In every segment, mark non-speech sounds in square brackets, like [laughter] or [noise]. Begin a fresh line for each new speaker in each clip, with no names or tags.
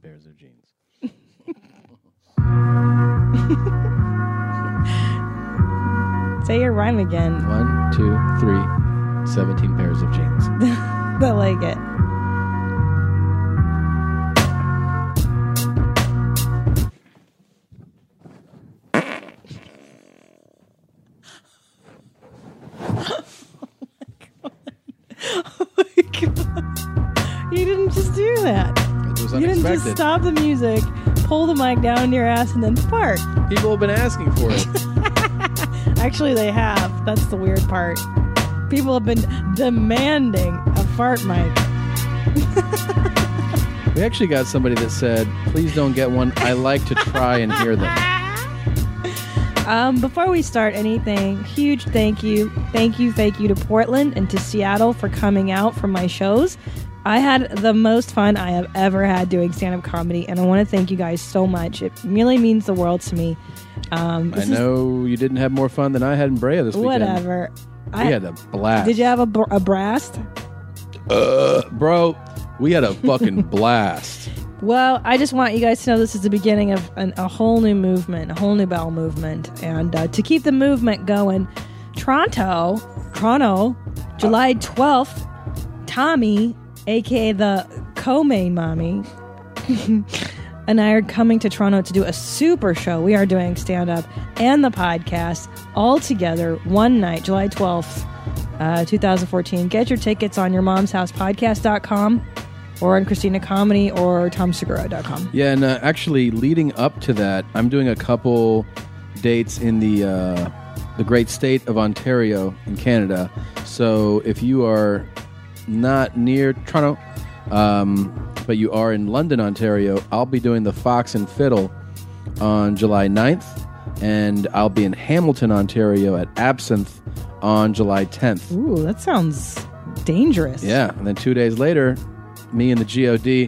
pairs of jeans.
Say your rhyme again.
One, two, three, 17 pairs of
[laughs]
jeans.
I like it. [laughs] Oh my God. You didn't just do that.
It was
You didn't just
unexpected.
stop the music, pull the mic down your ass, and then fart.
People have been asking for it.
[laughs] Actually, they have. That's the weird part. People have been demanding a fart mic.
we actually got somebody that said, please don't get one. I like to try and hear them.
Um, before we start anything, huge thank you, thank you, thank you to Portland and to Seattle for coming out for my shows. I had the most fun I have ever had doing stand up comedy, and I want to thank you guys so much. It really means the world to me. Um,
I
[laughs] this is-
know you didn't have more fun than I had in Brea this weekend.
whatever.
We
I,
had a blast.
did you have a, br- a blast?
Bro, we had a fucking
[laughs]
blast.
Well, I just want you guys to know this is the beginning of an, a whole new movement, a whole new bell movement. And uh, to keep the movement going, Toronto, Toronto, July 12th, Tommy, aka the co main mommy, [laughs] and I are coming to Toronto to do a super show. We are doing stand up and the podcast all together one night, July 12th, uh, 2014. Get your tickets on your mom's house podcast.com or on Christina Comedy or TomSegura.com.
Yeah, and uh, actually, leading up to that, I'm doing a couple dates in the uh, the great state of Ontario in Canada. So if you are not near Toronto, um, but you are in London, Ontario, I'll be doing the Fox and Fiddle on July 9th, and I'll be in Hamilton, Ontario, at Absinthe on July 10th.
Ooh, that sounds dangerous.
Yeah, and then two days later, me and the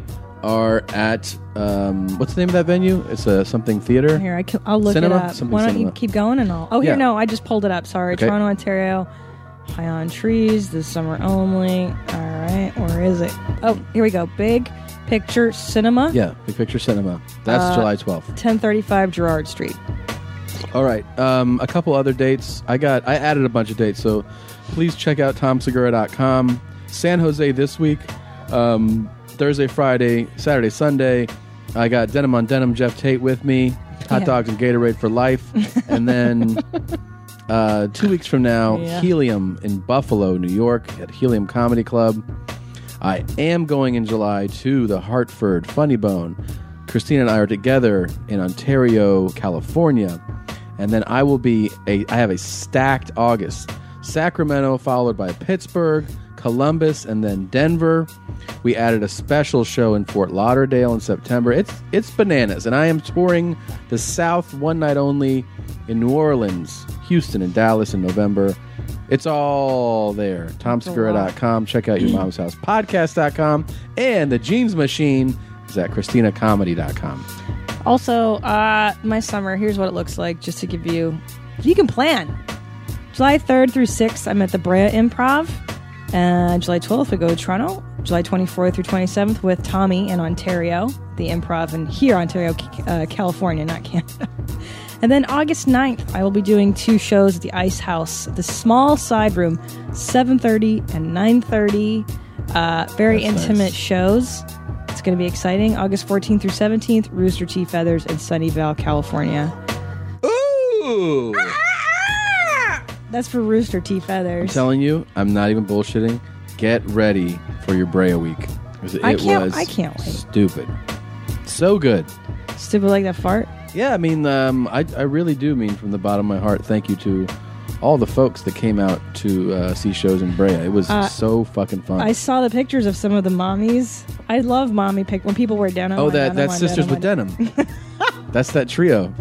God are at um, what's the name of that venue? It's a something theater.
Here, I can, I'll look
Cinema?
it up.
Something
Why don't
cinema.
you keep going and all? Oh, here,
Yeah.
no, I just pulled it up. Sorry.
Okay.
Toronto, Ontario. High on trees, this summer only. All right, where is it? Oh, here we go. Big Picture Cinema,
Yeah, Big Picture Cinema. That's July twelfth.
1035 Gerard Street.
All right, um, a couple other dates. I got I added a bunch of dates, so please check out TomSegura.com. San Jose this week, um, Thursday, Friday, Saturday, Sunday. I got Denim on Denim, Jeff Tate with me, hot
Yeah.
dogs and Gatorade for
[laughs]
life, and then. Uh, two weeks from now,
Yeah.
Helium in Buffalo, New York, at Helium Comedy Club. I am going in July to the Hartford Funny Bone. Christina and I are together in Ontario, California, and then I will be a. I have a stacked August: Sacramento, followed by Pittsburgh, Columbus, and then Denver. We added a special show in Fort Lauderdale in September. It's it's bananas, and I am touring the South one night only in New Orleans, Houston, and Dallas in November. It's all there. TomSegura.com. Check out your mom's house podcast.com and the jeans machine is at ChristinaComedy.com.
Also, uh, my summer, here's what it looks like just to give you, you can plan. July 3rd through 6th, I'm at the Brea Improv. And July 12th, we go to Toronto. July 24th through 27th with Tommy in Ontario, the Improv in here, Ontario, uh, California, not Canada. [laughs] And then August 9th, I will be doing two shows at the Ice House, the small side room, 7.30 and 9.30. Uh, very
That's nice.
intimate shows. It's going to be exciting. August 14th through 17th, Rooster Tea Feathers in Sunnyvale, California.
Ooh!
That's for Rooster Tea Feathers.
Telling you, I'm not even bullshitting. Get ready for your Brea week. 'Cause It
I can't-
was
I can't wait.
stupid. So good.
Stupid like that fart.
Yeah, I mean, um, I, I really do mean from the bottom of my heart, thank you to all the folks that came out to uh, see shows in Brea. It was so fucking fun.
Uh, I saw the pictures of some of the mommies. I love mommy pic when people wear denim.
oh,
on,
that
denim
that's
on,
Sisters with
on.
Denim. that's that trio.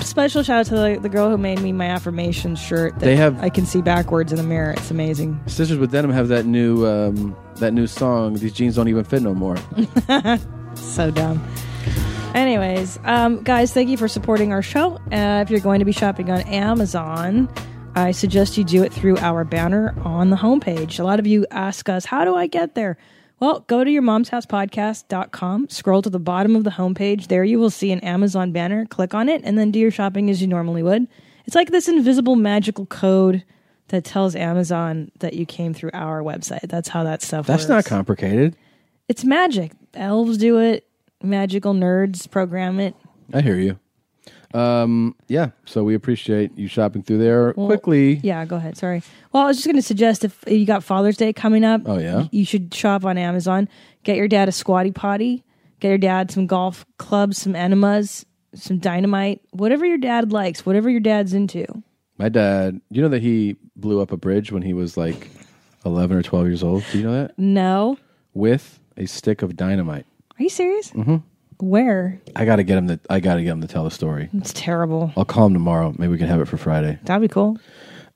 Special shout out to the, the girl who made me my affirmation shirt. That
They have-
I can see backwards in the mirror. It's amazing.
Sisters with Denim have that new um, that new song. These jeans don't even fit no more.
So dumb. Anyways, um, guys, thank you for supporting our show. Uh, if you're going to be shopping on Amazon, I suggest you do it through our banner on the homepage. A lot of you ask us, how do I get there? Well, go to your mom's house podcast.com, scroll to the bottom of the homepage. There you will see an Amazon banner. Click on it and then do your shopping as you normally would. It's like this invisible magical code that tells Amazon that you came through our website. That's how that stuff
That's
works.
not complicated.
It's magic. Elves do it, magical nerds program it.
I hear you. Um, yeah, so we appreciate you shopping through there quickly.
Yeah, go ahead. Sorry. Well, I was just going to suggest if you got Father's Day coming up,
Oh, yeah?
y- you should shop on Amazon. Get your dad a squatty potty. Get your dad some golf clubs, some enemas, some dynamite, whatever your dad likes, whatever your dad's into.
My dad, you know that he blew up a bridge when he was like 11 or 12 years old? Do you know that?
No,
With a stick of dynamite.
are you serious? Mm-hmm. Where?
I got to get him to I got to get him to tell the story.
It's terrible.
I'll call him tomorrow. Maybe we can have it for Friday.
That'd be cool.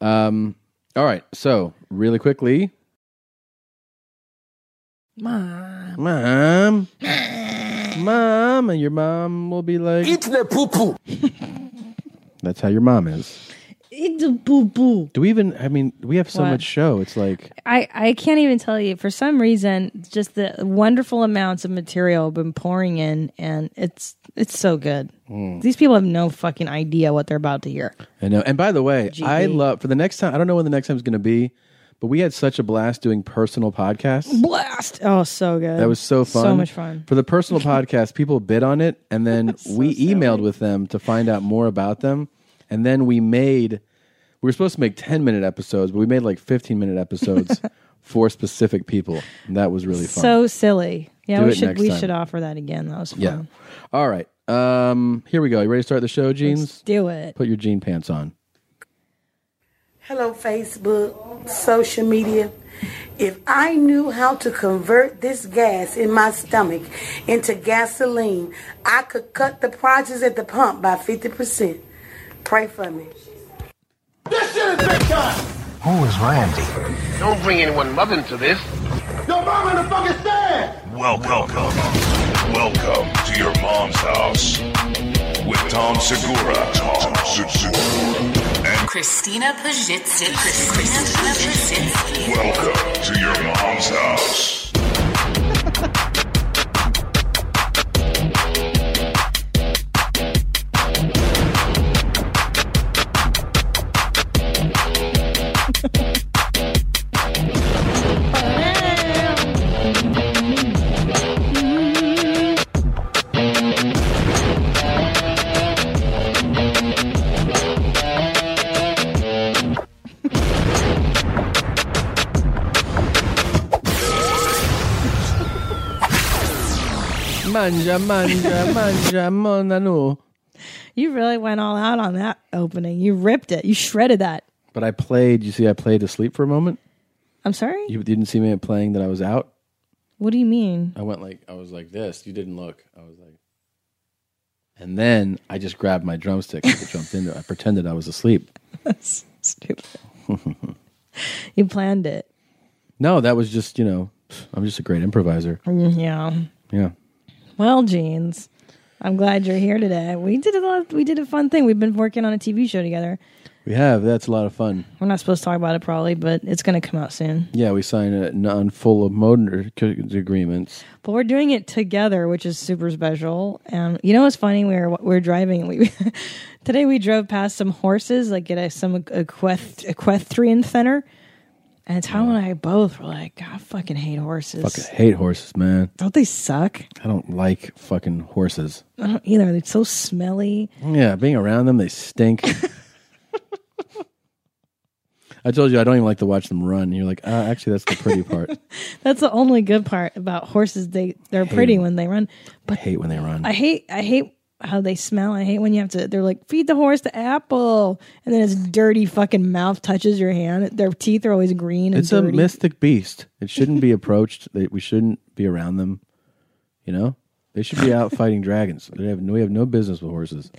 All right. So, really quickly,
Mom.
mom, mom, and your mom will be like,
Eat the poo poo.
[laughs] that's how your mom is.
It's a boo boo.
Do we even? I mean, we have so
What?
much show. It's like
I, I can't even tell you for some reason just the wonderful amounts of material I've been pouring in and it's it's so good
Mm.
these people have no fucking idea what they're about to hear
I know. And by the way, I
GB.
love for the next time. I don't know when the next time is going to be, but we had such a blast doing personal podcasts.
blast oh so good
That was so fun.
so much fun
For the
[laughs]
personal podcast, people bid on it, and then we emailed with them to find out more about them, and then we made. We were supposed to make ten minute episodes, but we made like fifteen minute
[laughs]
episodes for specific people. And that was really fun.
so silly yeah
Do
we
it
should
next
we
time.
should offer that again that was fun
yeah. All right. Um. Here we go. You ready to start the show, jeans?
do it
Put your jean pants on.
Hello, Facebook, social media. If I knew how to convert this gas in my stomach into gasoline, I could cut the prices at the pump by 50%. Pray for me.
This shit is big time.
Who is Randy?
Don't bring anyone mother into this.
Your mom in the fucking stand.
Oh, Welcome. Welcome to your mom's house with Tom Segura. Tom Segura. And
Christina Pajitsky. Christina Pajitsky.
welcome to your mom's house.
Manja, manja, manja, monanu.
you really went all out on that opening you ripped it you shredded that
But I played. You see, I played asleep for a moment.
I'm sorry
You didn't see me playing that I was out.
what do you mean [laughs]
I went like I was like this. You didn't look. I was like, and then I just grabbed my drumstick and jumped into it. I pretended I was asleep.
stupid
[laughs]
you planned it
No, that was just you know, I'm just a great improviser.
yeah
Yeah,
Well, Jeans, I'm glad you're here today. We did a lot, we did a fun thing. We've been working on a TV show together.
we have. That's a lot of fun.
We're not supposed to talk about it probably, but it's going to come out soon.
Yeah, we signed a non-full of motor agreements.
But we're doing it together, which is super special. And you know what's funny? We were we were driving. and We [laughs] today we drove past some horses, like at a, some equest, equestrian center. And Tom and I both were like, "God, I fucking hate horses.
Fucking hate horses, man.
Don't they suck?
I don't like fucking horses.
I don't either. They're so smelly.
Yeah, being around them, they stink. [laughs] I told you I don't even like to watch them run. You're like, uh, actually, that's the pretty part.
That's the only good part about horses. They they're pretty when they run, but
I hate when they run.
I hate I hate how they smell. I hate when you have to they're like feed the horse the apple and then its dirty fucking mouth touches your hand. Their teeth are always green and
It's a
dirty.
mystic beast. It shouldn't be approached. They- we shouldn't be around them. You know, they should be out fighting dragons. They have no, we have no business with horses.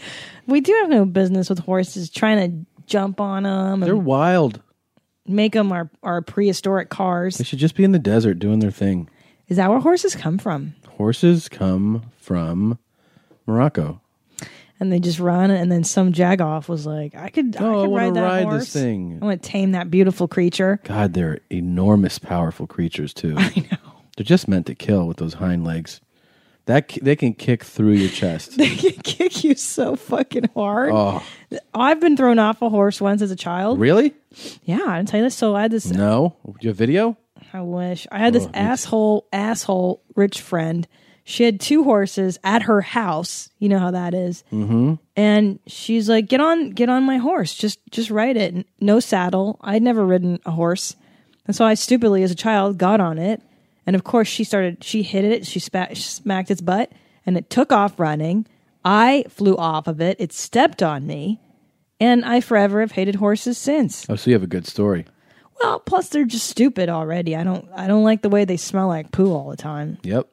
We do have no business with horses trying to jump on them
They're
and
wild.
make them our, our prehistoric
They
cars.
should just be in the desert doing their thing.
Is that where horses come from?
Horses come from Morocco.
And they just run and then some jagoff was like, I could
No, Oh, I
I could
wanna
ride that
ride this
horse.
thing.
I want to tame that beautiful creature. [laughs]
God, they're enormous, powerful creatures too. I know. They're just meant to kill with those hind legs. That ki- they can kick through your chest.
They can kick you so fucking hard.
oh,
I've been thrown off a horse once as a child.
really?
Yeah, I'm telling you this. So I had this.
No. Do you have video?
I wish I had this asshole, asshole rich friend. She had two horses at her house. You know how that Mm-hmm. And she's like, "Get on, get on my horse. Just, just ride it. No saddle. I'd never ridden a horse, and so I stupidly, as a child, got on it. And of course, she started. She hit it. She, spa- she smacked its butt, and it took off running. I flew off of it. It stepped on me, and I forever have hated horses since.
Oh, so you have a good story.
Well, plus they're just stupid already. I don't I don't like the way they smell like poo all the time.
Yep.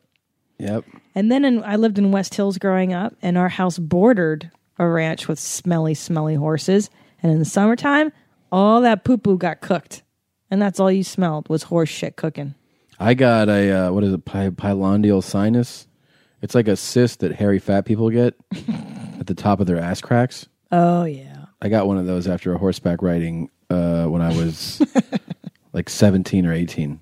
Yep.
And then in, I lived in West Hills growing up, and our house bordered a ranch with smelly, smelly horses. And in the summertime, all that poo poo got cooked, and that's all you smelled was horse shit cooking.
I got a uh, what is it? Py- pylondial sinus. It's like a cyst that hairy fat people get at the top of their ass cracks.
Oh yeah,
I got one of those after a horseback riding uh, when I
[laughs]
was like seventeen or eighteen.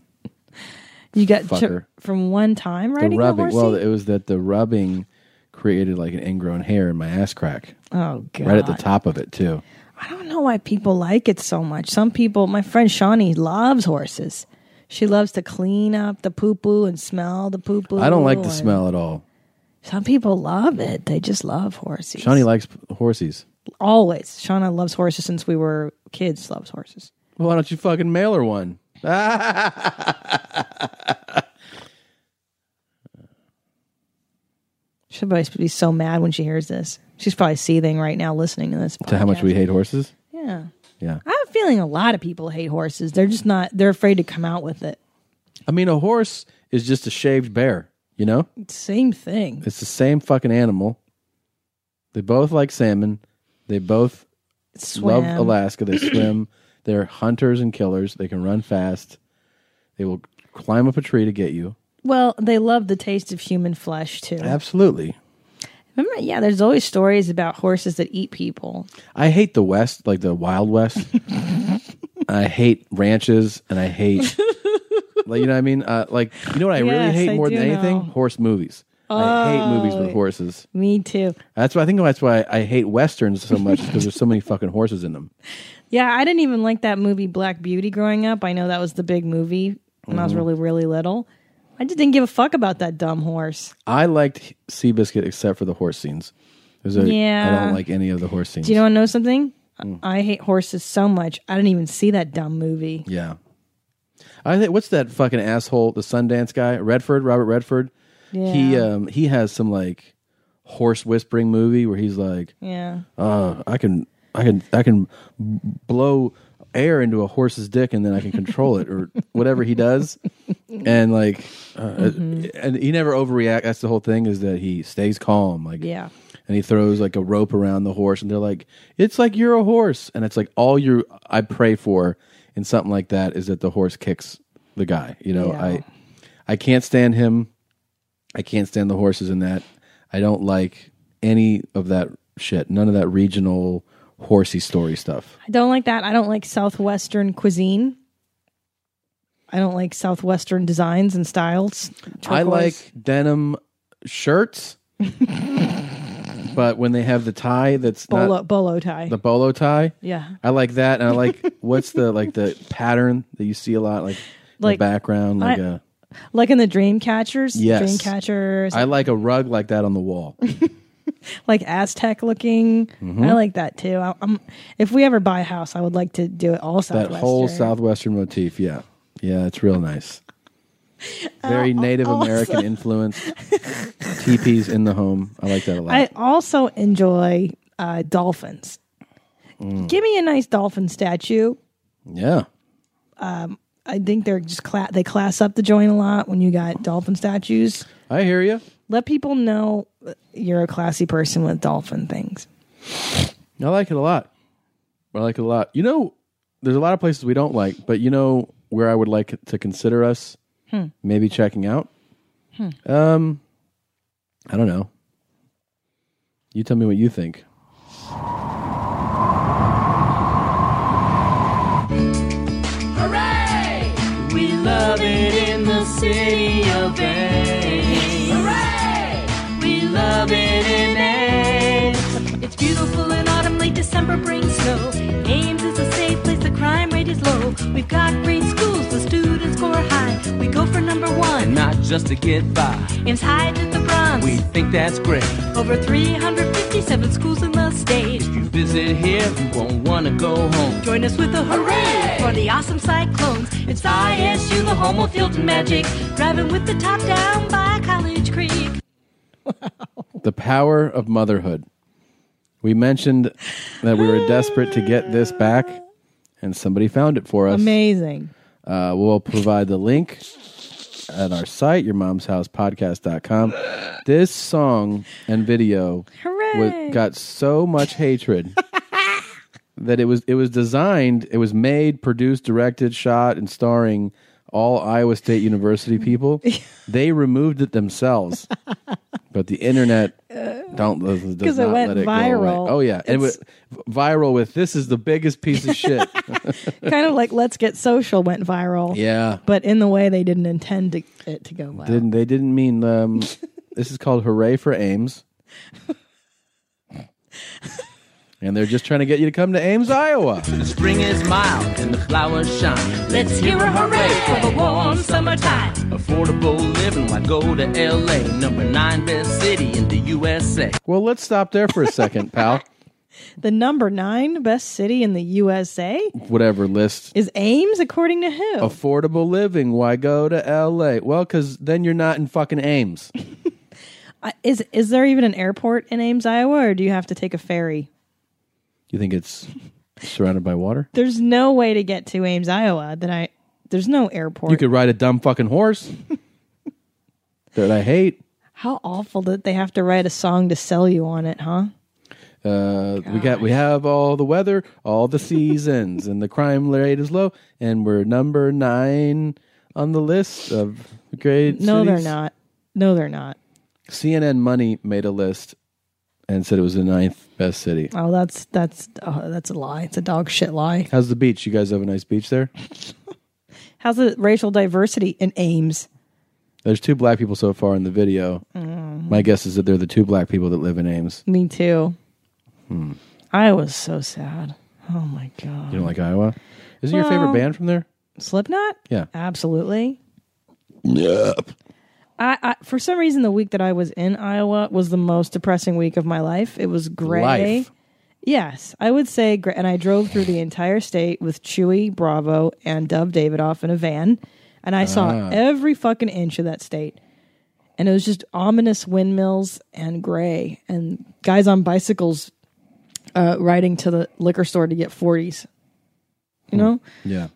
you got chi-
Fucker.
from one time
The
riding
rubbing.
a horsey?
Well, it was that the rubbing created like an ingrown hair in my ass crack,
oh god,
right at the top of it too.
I don't know why people like it so much. Some people, my friend Shawnee loves horses. She loves to clean up the poo poo and smell the poo poo.
I don't like the smell at all.
Some people love it. They just love horses.
Shawnee likes p- horsies.
always. Shauna loves horses since we were kids. Loves horses.
Well, why don't you fucking mail her one?
She'll probably be so mad when she hears this. She's probably seething right now listening to this.
To how much
podcast.
we hate horses?
Yeah,
Yeah.
I have a feeling a lot of people hate horses. They're just not. They're afraid to come out with it.
I mean, a horse is just a shaved bear. You know,
Same thing.
it's the same fucking animal. They both like salmon. They both
Swim.
love Alaska. They
[clears throat]
swim. They're hunters and killers. They can run fast. They will climb up a tree to get you.
Well, they love the taste of human flesh too.
Absolutely.
Remember, yeah, there's always stories about horses that eat people.
I hate the West, like the Wild
[laughs]
West. I hate ranches, and I
[laughs]
hate, like you know what I mean. Uh, like you know what I
Yes,
really hate
I
more
do
than anything?
know. Oh.
Horse movies. I hate movies with horses.
Me too.
That's why I think that's why I hate westerns so much because there's so many fucking horses in them.
Yeah, I didn't even like that movie Black Beauty growing up. I know that was the big movie when
Mm-hmm.
I was really, really little. I just didn't give a fuck about that dumb horse.
I liked Seabiscuit except for the horse scenes. There's a, I
Yeah.
don't like any of the horse scenes.
Do you want to know something?
Mm.
I hate horses so much. I didn't even see that dumb movie.
Yeah. I think what's that fucking asshole, the Sundance guy, Redford, Robert Redford. He
Yeah.
um he has some like horse whispering movie where he's like,
Yeah.
uh, I can I can I can b- blow air into a horse's dick and then I can control it or whatever he does. And like uh,
Mm-hmm.
and he never overreact. That's the whole thing is that he stays calm. Like
Yeah.
and he throws like a rope around the horse and they're like it's like you're a horse and it's like all you i pray for in something like that is that the horse kicks the guy you know
Yeah.
i i can't stand him i can't stand the horses in that i don't like any of that shit none of that regional horsey story stuff
I don't like that. I don't like Southwestern cuisine. I don't like Southwestern designs and styles.
i
Turquoise.
like denim shirts [laughs] but when they have the tie that's not
bolo, bolo tie.
the bolo tie
yeah.
I like that, and I
[laughs]
like what's the like the pattern that you see a lot, like,
Like,
in the background, like
I-
a.
Like in the dream catchers.
Yes.
Dream catchers.
I like a rug like that on the
[laughs]
wall.
like Aztec looking.
Mm-hmm.
I like that too. I, i if we ever buy a house, I would like to do it all
that
Southwestern.
whole southwestern motif, yeah, yeah, it's real nice.
Uh,
Very Native American influence.
[laughs]
Teepees in the home, I like that a lot.
I also enjoy uh, dolphins.
Mm.
Give me a nice dolphin statue.
yeah,
I think they're just cla- they class up the joint a lot when you got dolphin statues.
I hear you.
Let people know that you're a classy person with dolphin things.
I like it a lot. I like it a lot. You know, there's a lot of places we don't like, but you know where I would like to consider us maybe checking out. Um, I don't know. You tell me what you think.
Hooray! We love it in the city of Beautiful in autumn, late December brings snow. Ames is a safe place, the crime rate is low. We've got great schools, the students score high. We go for number one.
Not just to get by,
Ames High did the bronze.
we think that's great.
Over 357 schools in the state.
If you visit here, you won't want to go home.
Join us with a hooray for the awesome Cyclones. It's ISU, the home of Fields and Magic. Driving with the top down by College Creek.
The power of motherhood. We mentioned that we were desperate to get this back, and somebody found it for us.
Amazing.
[laughs] Uh, we'll provide the link at our site, yourmomshousepodcast.com. This song and video
Hooray.
got so much
[laughs]
hatred that it was it was designed, it was made, produced, directed, shot, and starring all Iowa State University people.
[laughs]
they removed it themselves, but the internet don't does
Because it
not
went
let it Go
viral.
away. Oh yeah, and it was
It's-
viral with this is the biggest piece of
[laughs]
shit.
kind of like Let's Get Social went viral.
yeah,
But in the way they didn't intend to, it to go viral.
Didn't they didn't mean um, this is called hooray for Ames. and they're just trying to get you to come to Ames, Iowa.
The spring is mild and the flowers shine.
Let's hear a hooray for the warm summertime.
Affordable living, why go to LA? Number nine best city in the USA.
well, let's stop there for a second, pal.
The number nine best city in the USA
Whatever list.
is Ames, according to who?
Affordable living, why go to LA? Well, cuz then you're not in fucking Ames.
I- is is there even an airport in Ames, Iowa, or do you have to take a ferry?
You think it's surrounded by water?
There's no way to get to Ames, Iowa. That I there's no airport.
You could ride a dumb fucking horse. that I hate.
How awful that they have to write a song to sell you on it, huh?
Uh, we got we have all the weather, all the seasons, and the crime rate is low, and we're number nine on the list of great.
No,
cities.
they're not. No, they're not.
CNN Money made a list and said it was the ninth best city.
Oh, that's that's oh, that's a lie. It's a dog shit lie.
How's the beach? You guys have a nice beach there.
How's the racial diversity in Ames?
There's two black people so far in the video.
Mm-hmm.
My guess is that they're the two black people that live in Ames.
Me too.
Hmm.
I was so sad. Oh my god.
You don't like Iowa? Isn't your favorite
Well-
band from there?
Slipknot?
Yeah.
Absolutely.
Yep.
I, I for some reason the week that I was in Iowa was the most depressing week of my life. It was gray.
Life.
Yes, I would say gray. And I drove through the entire state with Chewy, Bravo, and Dove Davidoff in a van, and I saw every fucking inch of that state. And it was just ominous windmills and gray and guys on bicycles uh, riding to the liquor store to get 40s. You know?
Yeah.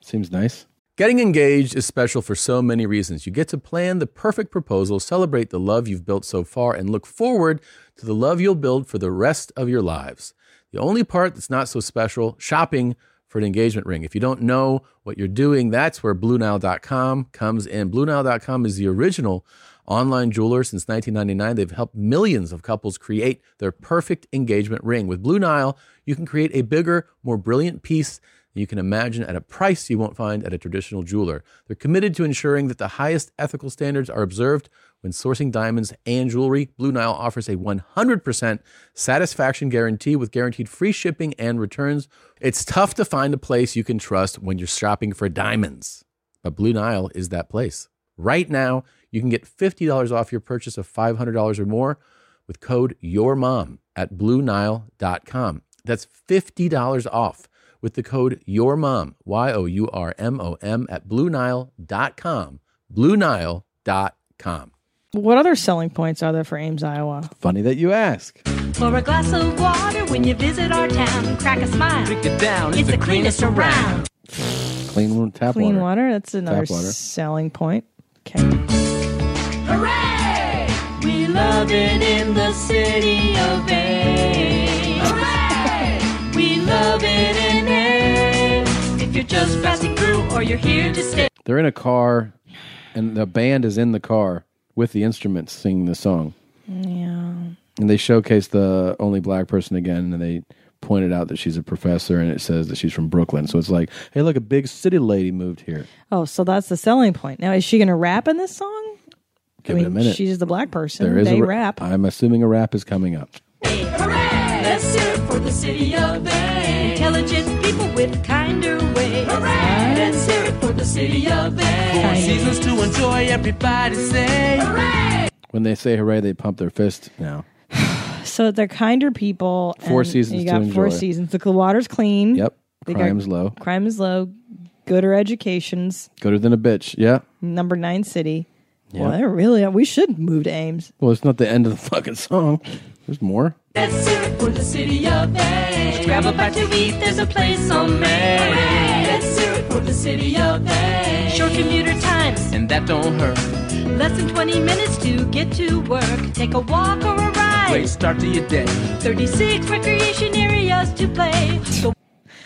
Seems nice.
Getting engaged is special for so many reasons. You get to plan the perfect proposal, celebrate the love you've built so far, and look forward to the love you'll build for the rest of your lives. The only part that's not so special, shopping for an engagement ring. If you don't know what you're doing, that's where BlueNile.com comes in. BlueNile.com is the original online jeweler since 1999. They've helped millions of couples create their perfect engagement ring. With Blue Nile, you can create a bigger, more brilliant piece than you can imagine at a price you won't find at a traditional jeweler. They're committed to ensuring that the highest ethical standards are observed when sourcing diamonds and jewelry. Blue Nile offers a 100% satisfaction guarantee with guaranteed free shipping and returns. It's tough to find a place you can trust when you're shopping for diamonds. But Blue Nile is that place. Right now, you can get $50 off your purchase of $500 or more with code YOURMOM at BlueNile.com. That's $50 off with the code YOURMOM, Y O U R M O M, at BlueNile.com. BlueNile.com.
What other selling points are there for Ames, Iowa?
Funny that you ask.
For a glass of water when you visit our town, crack a smile.
Drink it down,
It's the cleanest around.
Clean tap
Clean water. That's another
Tap water.
selling point. Okay.
Hooray! We love it in the city of Ames. Hooray! We love it in Ames. If you're just passing through or you're here to stay.
They're in a car, and the band is in the car with the instruments singing the song.
Yeah.
And they showcase the only black person again, and they pointed out that she's a professor, and it says that she's from Brooklyn. So it's like, hey, look, a big city lady moved here.
Oh, so that's the selling point. Now, is she going to rap in this song?
Give
I mean,
it a minute.
she's the black person.
there is
they
a ra-
rap.
I'm assuming a rap is coming up.
city of Bay. Intelligent people with kinder ways. Hooray! Let's hear it for the city of Bay.
Four seasons to enjoy, everybody say.
When they say hooray, they pump their fist now.
So they're kinder people.
Four
and
seasons
You got
to
four
enjoy.
seasons. The water's clean.
Yep.
They got-
Crime's low.
Crime is low. Gooder education's
Gooder than a bitch. Yeah.
number nine city.
Yeah.
Well, they're really. We should move to Ames.
Well, it's not the end of the fucking song. There's more.
Let's hear it for the city of Bay. Let's grab a bite to eat, there's a place on May. Hooray! Let's hear it for the city of Bay. Short commuter times,
And that don't hurt.
less than 20 minutes to get to work. Take a walk or a
Great
ride.
start to your day.
36 recreation areas to play. The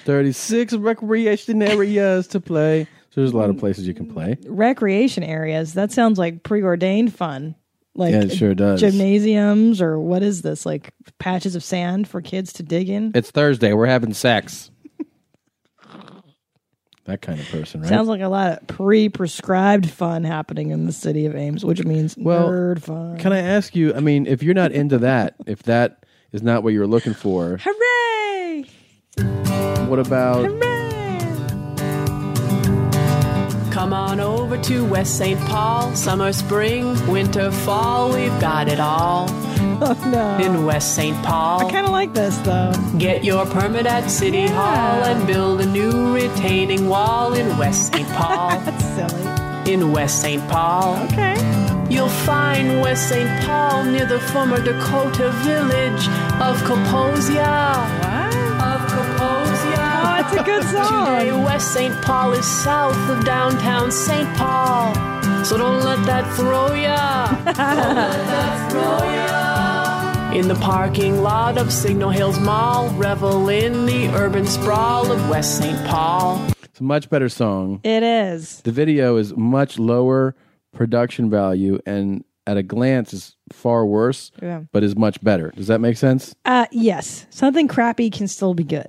36 recreation areas to play. So there's a lot of places you can play.
Recreation areas. That sounds like preordained fun. Like
Yeah, it sure does.
Gymnasiums or what is this? Like patches of sand for kids to dig in.
It's Thursday. We're having sex. that kind of person, right?
Sounds like a lot of pre-prescribed fun happening in the city of Ames, which means
Well,
nerd fun.
Can I ask you? I mean, if you're not into that, if that is not what you're looking for,
Hooray!
what about
Come on over to West St. Paul. Summer, spring, winter, fall, we've got it all
[laughs] Oh no!
in West St. Paul.
I kind of like this though.
Get your permit at City Hall and build a new retaining wall in West St.
[laughs]
Paul.
Silly.
in West St. Paul.
Okay.
You'll find West St. Paul near the former Dakota village of Kaposia. Of
Oh,
Kaposia.
it's a good
Today,
song.
West St. Paul is south of downtown St. Paul. So don't let that throw ya. Don't let that throw ya. In the parking lot of Signal Hills Mall, revel in the urban sprawl of West St. Paul.
it's a much better song?
It is.
The video is much lower production value and at a glance is far worse,
Yeah.
but is much better. Does that make sense?
Uh, yes, something crappy can still be good.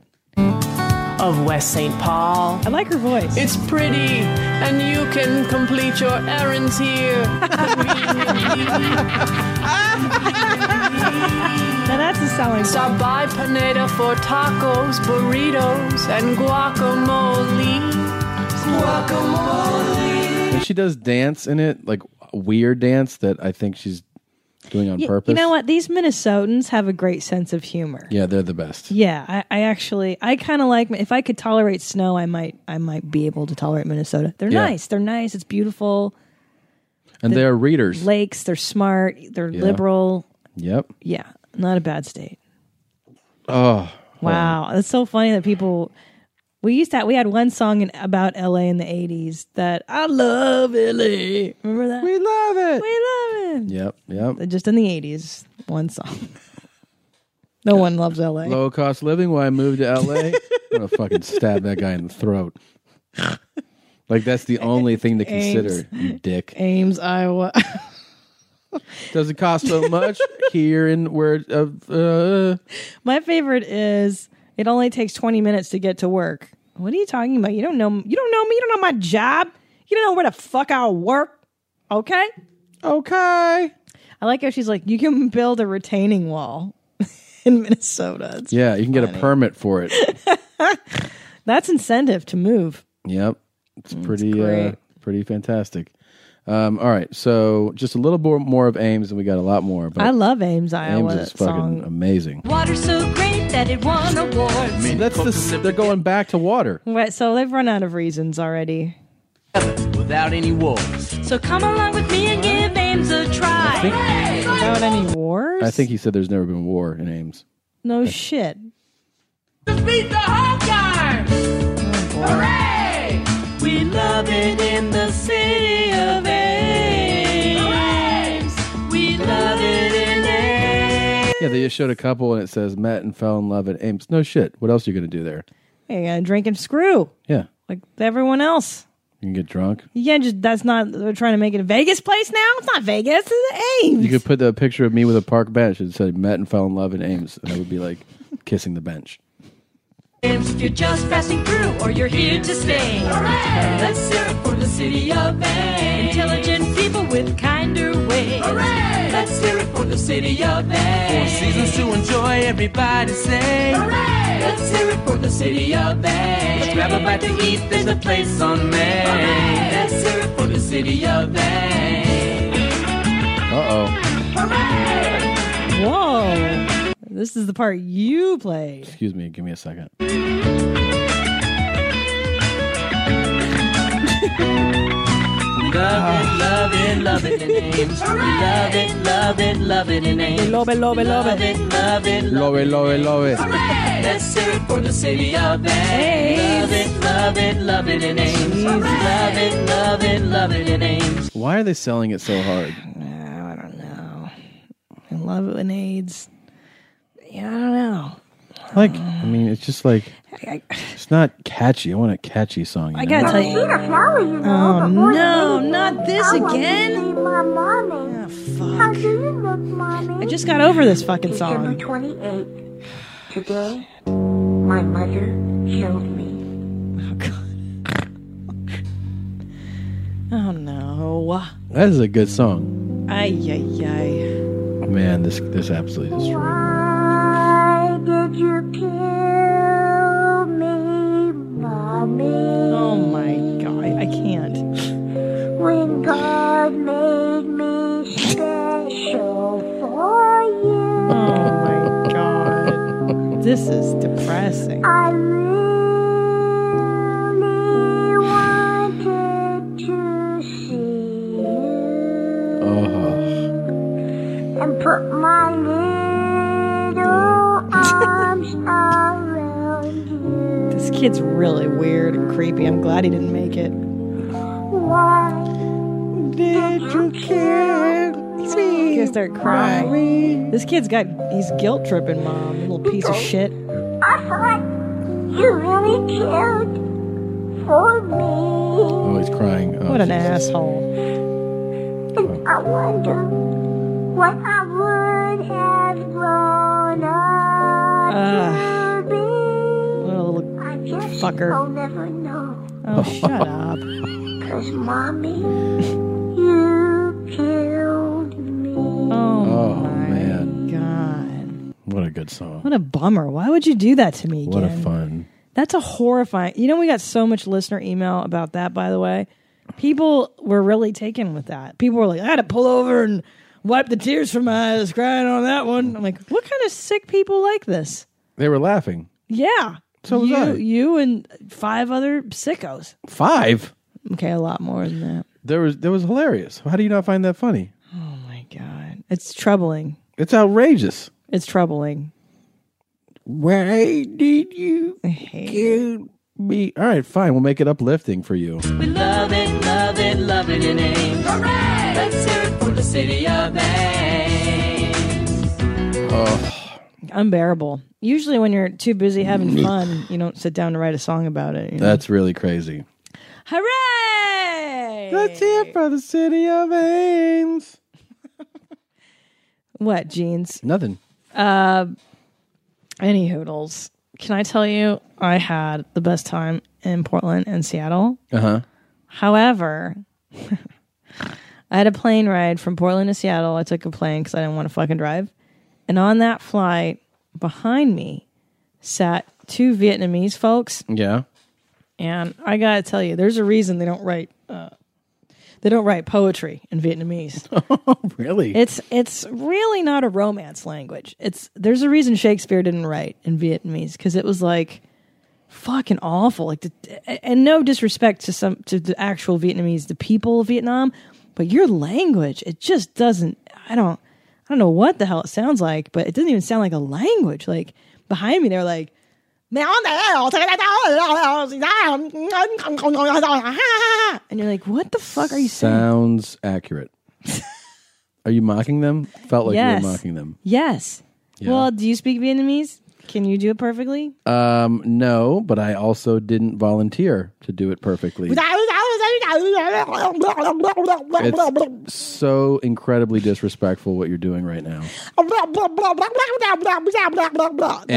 Of West St. Paul.
I like her voice.
It's pretty, and you can complete your errands here.
now that's a selling point.
Stop by Pineda for tacos, burritos, and guacamole. Guacamole.
And she does dance in it, like weird dance that I think she's doing on
Y-
purpose.
You know what? These Minnesotans have a great sense of humor.
Yeah, they're the best.
Yeah, I, I actually I kind of like if I could tolerate snow, I might I might be able to tolerate Minnesota. They're
Yeah.
nice. They're nice. It's beautiful.
And they're readers.
Lakes. They're smart. They're liberal.
Yep.
Yeah, not a bad state.
Oh,
Wow, that's so funny that people. We used to have, we had one song in, about LA in the '80s that I love LA. Remember that? We
love it.
love it.
Yep, yep.
Just in the '80s, one song. [laughs] No one loves LA.
Low cost living. Why I moved to LA?
[laughs]
I'm gonna fucking stab that guy in the throat. Like that's the only thing to consider, you dick.
Ames, Iowa. [laughs]
Does it cost so much here in where? Uh, uh,
My favorite is it only takes 20 minutes to get to work. What are you talking about? You don't know you don't know me, you don't know my job. You don't know where the fuck I work. Okay?
okay.
I like how she's like, you can build a retaining wall [laughs] in Minnesota. It's-
Yeah, you can get a permit for
[laughs]
it.
That's incentive to move.
Yep. It's pretty uh,
great.
pretty fantastic. Um, all right, so just a little bit more of Ames, and we got a lot more. But
I love Ames, Iowa.
Ames is
Ames
fucking
song.
amazing.
water's so great that it won awards.
That's the, s- they're going back to water.
Right, so they've run out of reasons already.
Without any wars.
So come along with me and give Ames a try.
I think-
Without any wars?
I think he said there's never been war in Ames.
no shit.
beat the Hawkeyes!
Oh,
Hooray! We love it in the city of Ames. We love it in Ames.
Yeah, they just showed a couple and it says met and fell in love at Ames. No shit. What else are you going to do there?
Hey, uh, drink and screw
Yeah.
like everyone else.
You can get drunk.
You can't just. That's not. They're trying to make it a Vegas place now. It's not Vegas. It's Ames.
You could put the picture of me with a park bench and said met and fell in love in Ames. And I would be like [laughs] kissing the bench.
Ames, if you're just passing through or you're here to stay. Hooray! Let's hear it for the city of Ames. Intelligent people with kinder ways. Hooray! Let's hear it for the city of Bay.
Four seasons to enjoy, everybody say.
Hooray!
Let's hear it for the city of Bay. Let's grab a bite to eat, there's a place on May.
Hooray!
Let's hear it for the city of Bay.
Uh
Whoa. This is the part you played.
Excuse me, give me a second.
Love it, love it, love it in names. love it, love it, love it in names.
Love it, love it, love
it. Love it, love
Love it, love it, love it.
it. Let's hear it for the city of Bay. Love it, love it, love it in names. Love it, love it, love it in names.
Why are they selling it so hard?
I love it when AIDS. Yeah, I don't know.
Like, I mean, it's just like
I-
it's not catchy. I want a catchy song. You
I gotta
know?
tell you. Oh no, not this again!
My mommy. How do you look, mommy?
I just got over this fucking
December
song.
28th. Today, my mother showed me.
[laughs] Oh no!
That is a good song,
Ay ay
man. This this absolutely destroyed.
Why did you kill me, mommy? Oh
my god, I can't.
When God made me special for you.
Oh my god, this is depressing.
I really wanted to see you
Uh-huh.
and put my little arms around you.
This kid's really weird and creepy. I'm glad he didn't make it.
Why did you kill
He's
me?
gonna start crying. This kid's got he's guilt tripping, mom. Little piece of shit.
I thought you really cared for me.
Oh, he's crying. Oh,
What an
Jesus.
asshole.
And I wonder what I would have grown up
Ugh.
to be.
What a little
I guess
fucker.
I'll never know.
Oh, shut up.
Cause mommy, you killed me.
Oh,
Oh man,
God.
what a good song.
What a bummer. Why would you do that to me
What a
again?
fun.
That's a horrifying. You know, we got so much listener email about that, by the way. People were really taken with that. People were like, I had to pull over and wipe the tears from my eyes crying on that one. I'm like, what kind of sick people like this?
They were laughing.
Yeah.
So was
you,
I.
you and five other sickos.
Five.
Okay, a lot more than that. Oh
There was that was hilarious. How do you not find that funny?
It's troubling.
It's outrageous.
It's troubling.
Why did you kill me? All right, fine. We'll make it uplifting for you.
We love it, love it, love it in Ames. Hooray! Let's hear it for the city of Ames.
Unbearable. Usually, when you're too busy having fun, you don't sit down to write a song about it. you know?
That's really crazy.
Hooray!
Let's hear for the city of Ames.
What, jeans?
Nothing.
Uh, any hoodles. Can I tell you, I had the best time in Portland and Seattle.
Uh huh.
However, [laughs] I had a plane ride from Portland to Seattle. I took a plane because I didn't want to fucking drive. And on that flight, behind me sat two Vietnamese folks.
Yeah. [laughs]
And I gotta tell you, there's a reason they don't write uh, they don't write poetry in Vietnamese.
Really?
It's it's really not a romance language. It's there's a reason Shakespeare didn't write in Vietnamese because it was like fucking awful. Like, the, and no disrespect to some to the actual Vietnamese, the people of Vietnam, but your language it just doesn't. I don't I don't know what the hell it sounds like, but it doesn't even sound like a language. Like behind me, they're like. [laughs] And you're like, what the fuck are you saying?
Sounds
[laughs]
accurate. Are you mocking them? Felt like
Yes.
you were mocking them.
Yes.
Yeah.
Well, do you speak Vietnamese? Can you do it perfectly?
Um, no, but I also didn't volunteer to do it perfectly. It's so incredibly disrespectful what you're doing right now, and
their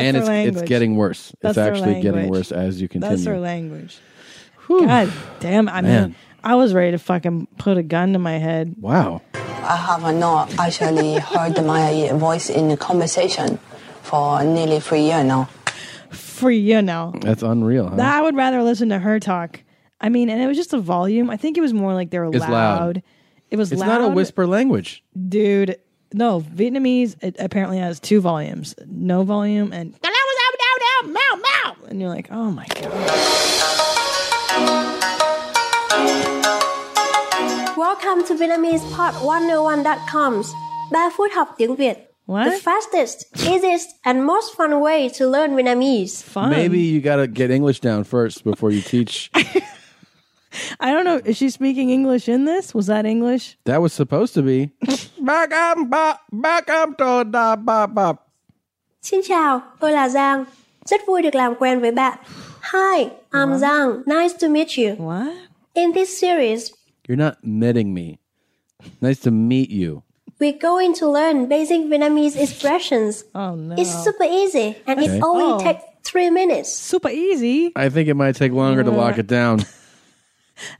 it's it's
language.
getting worse.
That's
it's
their
actually getting
language.
worse as you continue.
That's our language. God damn! I
Man.
mean, I was ready to fucking put a gun to my head.
Wow.
I have not actually heard my voice in a conversation for nearly three years now.
For you know.
That's unreal, huh?
I would rather listen to her talk. I mean, and it was just the volume. I think it was more like they were
It's loud.
It was
it's
loud.
not a whisper language.
Dude, no, Vietnamese it apparently has two volumes. No volume and and you're like, "Oh my
Welcome to VietnamesePod101.com's Barefoot học tiếng Việt. The fastest, easiest, and most fun way to learn Vietnamese. Fun.
Maybe you got to get English down first before you teach.
[laughs] I don't know, is she speaking English in this? Was that English?
that was supposed to be.
Back up, back up to the bop bop.
Xin chào, tôi là Giang. Rất vui được làm quen với bạn. Hi, I'm Giang. Nice to meet you.
What?
In this series,
You're not meeting me. Nice to meet you.
we're going to learn basic Vietnamese expressions.
Oh no.
It's super easy, and
Okay.
it only
Oh.
takes three minutes.
Super easy.
I think it might take longer to lock it down.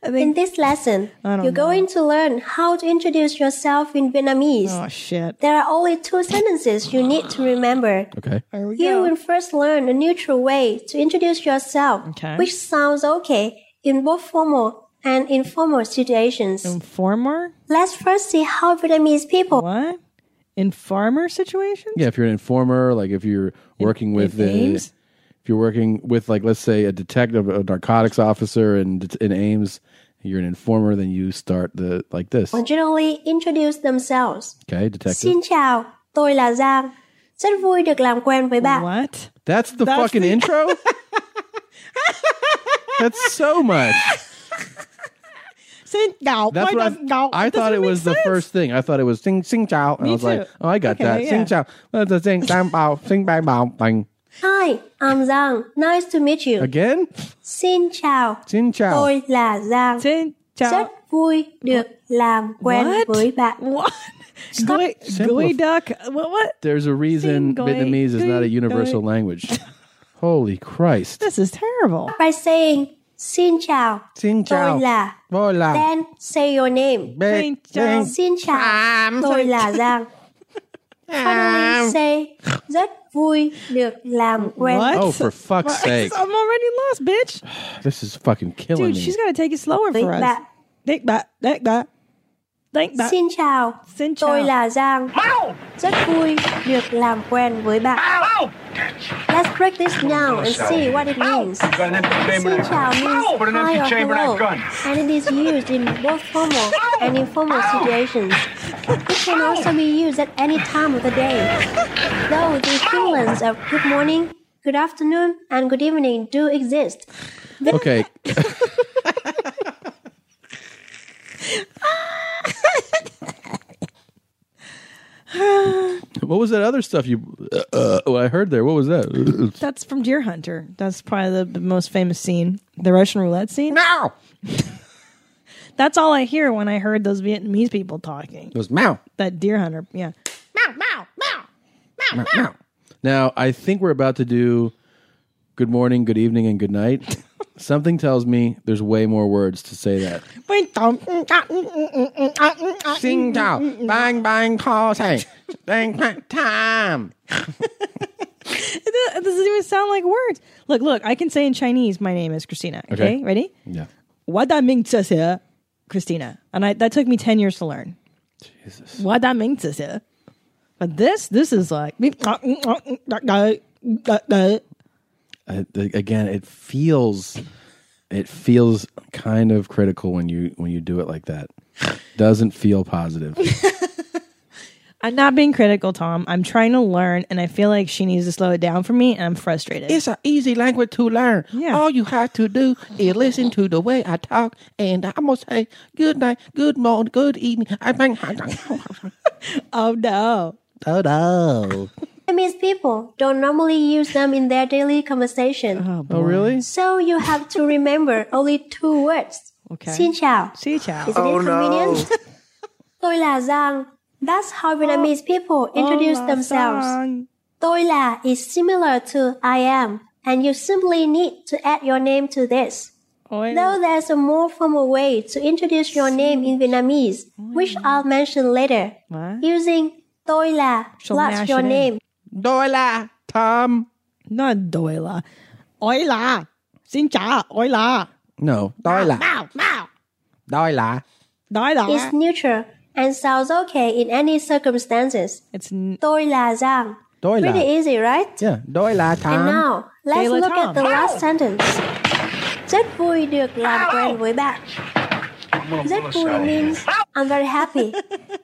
in this lesson, you're going to learn how to introduce yourself in Vietnamese.
Oh shit.
There are only two sentences you need to remember.
Okay.
You will first learn a neutral way to introduce yourself,
Okay.
which sounds okay in both formal and informal situations.
Informer?
Let's first see how Vietnamese people.
What? In farmer situation?
Yeah, if you're an informer, like if you're working with
in
uh,
Ames?
if you're working with like let's say a detective, a narcotics officer, and in Ames, you're an informer, then you start the like this.
Originally introduce themselves.
Okay, detective.
Xin chào, tôi là Giang. Rất vui được làm quen với bạn.
What?
That's the fucking
[laughs]
intro. That's so much.
Xin chào.
That's
Why
what I,
doesn't- no,
I thought it
doesn't make
was the first thing. I thought it was sing sing chow, and
Me
I was like,
too.
oh, I got
Okay,
that.
yeah.
Sing chow, Well, the
[laughs]
sing bang bao, sing bang bao, bang.
Hi, I'm Giang. Nice to meet you.
Again,
Xin chào.
sing chow.
Tôi là Giang.
Xin chào.
Rất vui được làm quen
[laughs] What?
với bạn.
Stop. Gooey duck. What? What?
There's a reason
Sing, goi,
Vietnamese is not a
goi,
universal
goi.
language.
[laughs]
Holy Christ.
This is terrible.
By saying Xin chào.
Xin chào.
Tôi là.
Tôi là.
Then say your name.
Bê- Xin chào. bê-
Xin chào.
À,
Tôi là
[laughs]
Giang. Finally say rất vui được làm quen.
What? Oh,
[laughs]
for fuck's sake.
I'm already lost, bitch.
This is fucking killing
Dude,
me.
she's got to take it slower
Think
for us.
that.
Think that. Think that. Think that.
Xin chào.
Xin chào.
Tôi là Giang. Rất vui được làm quen với bạn. Let's break this down and see what it means. Xin chào means
Put an empty
hi or
chamber in that
hello,
gun.
and it is used in both formal and informal situations. It can also be used at any time of the day. Though the equivalents of good morning, good afternoon, and good evening do exist.
okay. [laughs] what was that other stuff you uh, what I heard there? What was that?
That's from Deer Hunter. That's probably the, the most famous scene, the Russian roulette scene.
No.
[laughs] That's all I hear when I heard those Vietnamese people talking.
it was meow.
That Deer Hunter. Yeah.
meow, meow. Now, I think we're about to do good morning, good evening and good night. [laughs] Something tells me there's way more words to say that.
Sing down.
bang bang call say bang bang time.
It doesn't- it doesn't even sound like words. Look, look, I can say in Chinese, my name is Christina. Okay,
Okay.
ready?
Yeah.
What that means is here, Christina. And I, that took me 10 years to learn. Jesus. What that means is here. But this, this is like. [laughs]
I, I- again, it feels it feels kind of critical when you when you do it like that. Doesn't feel positive.
I'm not being critical, Tom. I'm trying to learn, and I feel like she needs to slow it down for me, and I'm frustrated.
It's an easy language to learn.
Yeah.
All you have to do is listen to the way I talk, and I'm gonna say good night, good morning, good evening. I bang.
[laughs] oh no!
Oh no!
Vietnamese people don't normally use them in their daily conversation. Oh,
Oh, really?
So you have to remember only two words.
Okay.
Xin chào.
Xin chào.
Isn't it convenient? Tôi là Giang. That's how Vietnamese people introduce
Hola,
themselves.
Giang.
Tôi là is similar to I am, and you simply need to add your name to this. Though there's a more formal way to introduce your name in Vietnamese, which I'll mention later, using Doila
She'll
plus
mash
your
it in.
name.
Doila, Tom. Not Doila. Oila. Xin chào, Oila.
No. Doila. [laughs]
Wow, wow.
Doila.
It's neutral and sounds okay in any circumstances.
It's
Doila Giang.
Doila.
Pretty easy, right?
Yeah. Doila, Tom.
And now, let's
Doila
look
Tom.
at the last sentence. Rất vui được làm quen với bạn. Rất vui means I'm very happy.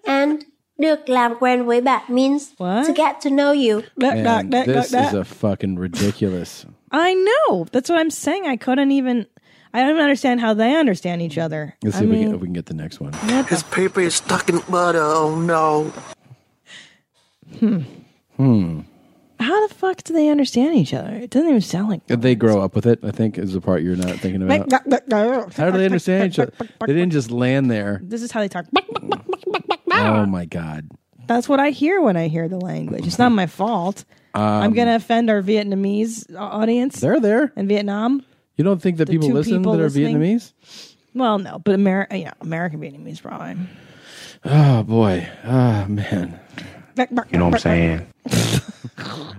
and được làm quen với bạn means to get to know you.
Man, this is a fucking ridiculous.
I know. That's what I'm saying. I couldn't even. I don't even understand how they understand each other.
Let's
I
see if, we
mean,
can, if we can get the next one.
His
paper is stuck in butter. Oh no.
Hmm.
how the fuck do they understand each other? It doesn't even sound like.
They grow up with it, I think, is the part you're not thinking about. Uh, How do they understand each other? They didn't just land there.
This is how they talk. Ah.
Oh my God.
That's what I hear when I hear the language. It's not my fault.
Um,
I'm gonna offend our Vietnamese uh, audience.
They're there
in Vietnam.
You don't think that
The
people
two
listen
people
that are
listening?
Vietnamese?
Well, no, but America, yeah, American Vietnamese probably.
Oh boy. Oh man.
You know what I'm saying?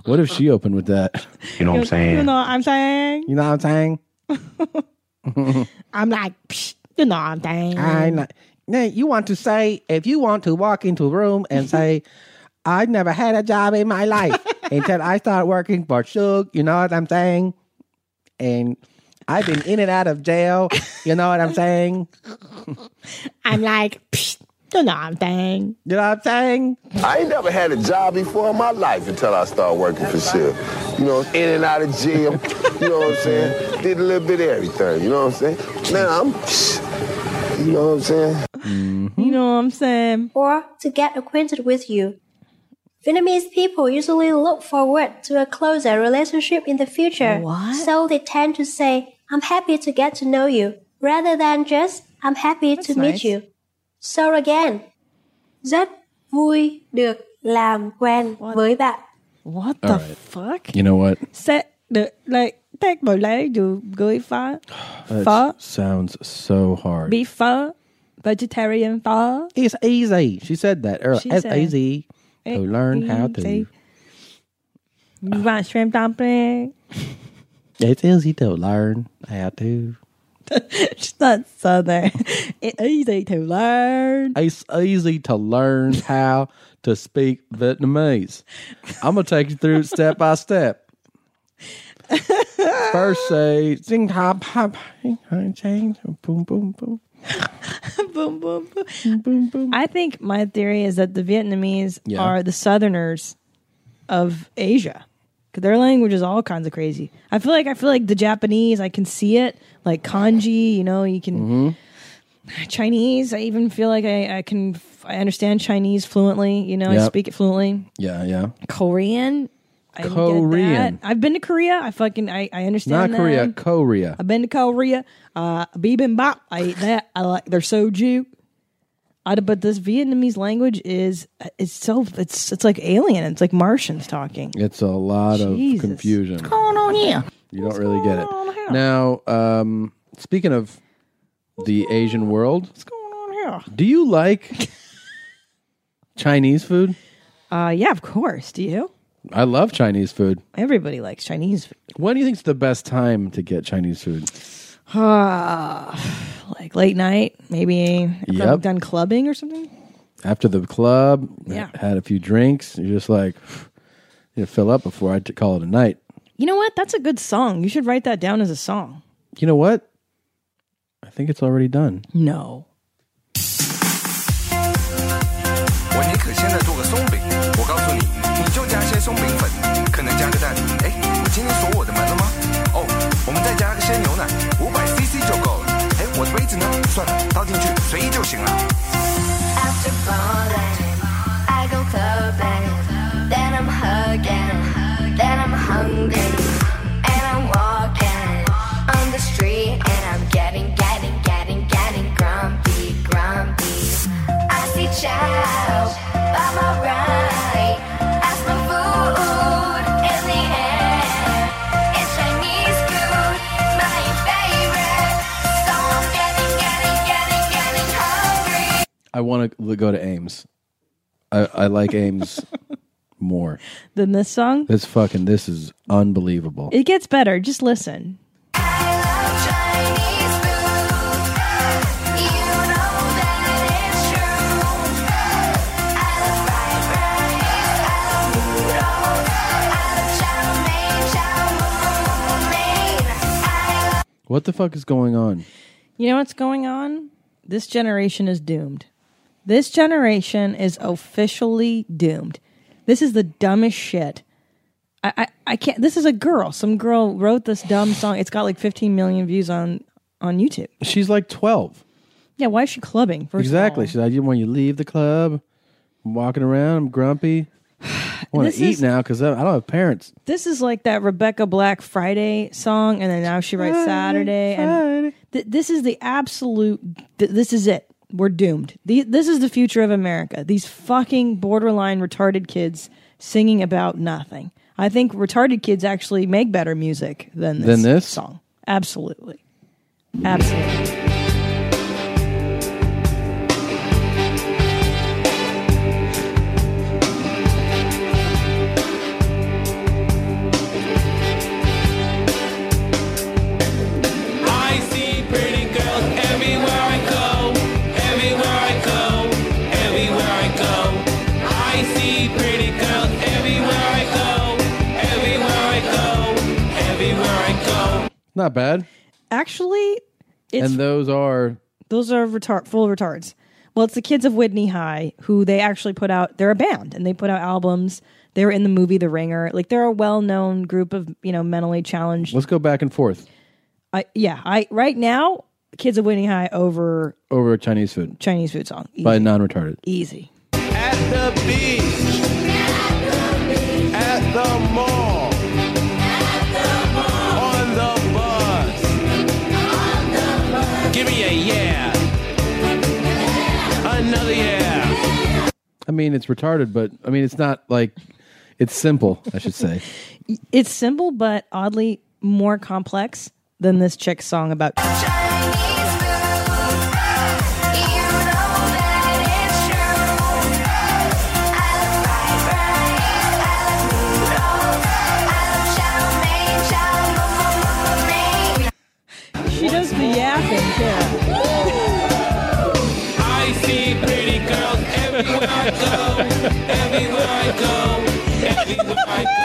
What if she opened with that? [laughs] You know
You know, what I'm saying.
You know what I'm saying?
I'm like, psh, you know, what I'm saying.
I not, now you want to say if you want to walk into a room
[laughs]
and say, "I never had a job in my life until I started working for Suge," you know what I'm saying? And I've been in and out of jail, you know what I'm saying?
I'm like, psh, you know, what I'm saying.
You know what I'm saying?
I ain't never had a job before in my life until I started working for sure. You know, in and out of jail. you know what I'm saying? Did a little bit of everything. You know what I'm saying? Now I'm, you know what I'm saying?
Hmm?
You know what I'm saying?
Or to get acquainted with you. Vietnamese people usually look forward to a closer relationship in the future. So they tend to say, I'm happy to get to know you, rather than just, I'm happy to meet
nice.
you. So again, rất vui được làm quen với bạn.
What
All
the
right.
fuck?
You know what?
Set the like take my leg to go far,
That
far
sounds so hard.
beef far, vegetarian far.
It's easy. She said that earlier.
She
It's
said- E
easy to learn how to.
Easy. You want shrimp dumpling?
It's easy to learn how to.
She's not [laughs] southern. It's easy to learn.
It's easy to learn how to speak Vietnamese. I'm gonna take you through it step by step. First, say
Sing hop hop, sing, hop, sing, boom boom boom.
boom, boom, boom. I think my theory is that the Vietnamese
Yeah.
are the Southerners of Asia. 'Cause Their language is all kinds of crazy. I feel like I feel like the Japanese. I can see it, like kanji. You know, you can
Mm-hmm.
Chinese. I even feel like I, I can f- I understand Chinese fluently. You know, I
Yep.
speak it fluently.
yeah, yeah.
Korean. I get that.
Korean.
I've been to Korea. I fucking I, I
Not
understand.
Korea,
them.
Korea.
I've been to Korea. Uh, bibimbap. I eat that. I like their soju. I, but this Vietnamese language is it's so it's it's like alien. It's like Martians talking.
It's a lot
Jesus.
of confusion.
going on here?
You don't really get it. Now, um, speaking of the Asian world, what's
going on here?
Do you like Chinese food?
Uh, yeah, of course. Do you?
I love Chinese food.
Everybody likes Chinese food.
When do you think's the best time to get Chinese food?
Uh, like late night, maybe after
Yep.
I've done clubbing or something.
After the club,
Yeah.
had a few drinks, you're just like, [sighs] you fill up before I t- call it a night.
You know what? That's a good song. You should write that down as a song.
You know what? I think it's already done.
No.
我宁可现在做个松饼，我告诉你，你就加些松饼粉，可能加个蛋。哎，你今天锁我的门了吗？哦，我们再加个鲜牛奶，五百 CC 就够了。哎，我的杯子呢？算了，倒进去随意就行了。
After balling, I go clubbing. Then I'm hugging. Then I'm hungry. And I'm walking on the street. And I'm getting, getting, getting, getting grumpy.
I want to go to Ames. I, I like
[laughs]
Ames more.
Than this song?
This fucking this is unbelievable.
It gets better. Just listen.
What the fuck is going on?
You know what's going on? This generation is doomed. This generation is officially doomed. This is the dumbest shit. I, I, I can't. This is a girl. Some girl wrote this dumb song. It's got like 15 million views on on YouTube.
She's like 12.
Yeah, why is she clubbing? First of
exactly. She's like, when you leave the club, I'm walking around, I'm
[sighs]
grumpy. I want
This
to eat
is-
now because I I don't have parents.
This is like that Rebecca Black Friday song, and then now she writes Saturday. And th- this is the absolute. Th- this is it. We're doomed. The- this is the future of America. These fucking borderline retarded kids singing about nothing. I think retarded kids actually make better music than this.
Than this?
song. Absolutely, absolutely.
I see pretty girls everywhere I go, everywhere I go, everywhere I go. I see pretty girls everywhere I go, everywhere I go, everywhere I go.
Not bad.
Actually, it's
and those are
Those are retard full retards. Well, it's the kids of Whitney High who they actually put out. They're a band and they put out albums. They were in the movie The Ringer. Like they're a well-known group of you know mentally challenged.
let's go back and forth
I, yeah, I right now kids of Whitney High over
over Chinese food
Chinese food song E-,
by non retarded.
easy.
At the beach. At the mall. On the bus. Give me a yeah. Another yeah.
I mean, it's retarded, but I mean, it's not like it's simple. I should [laughs] say.
It's simple but oddly more complex than this chick song about. She does the yapping too.
I see pretty girls everywhere I go. Everywhere I go. Everywhere I go.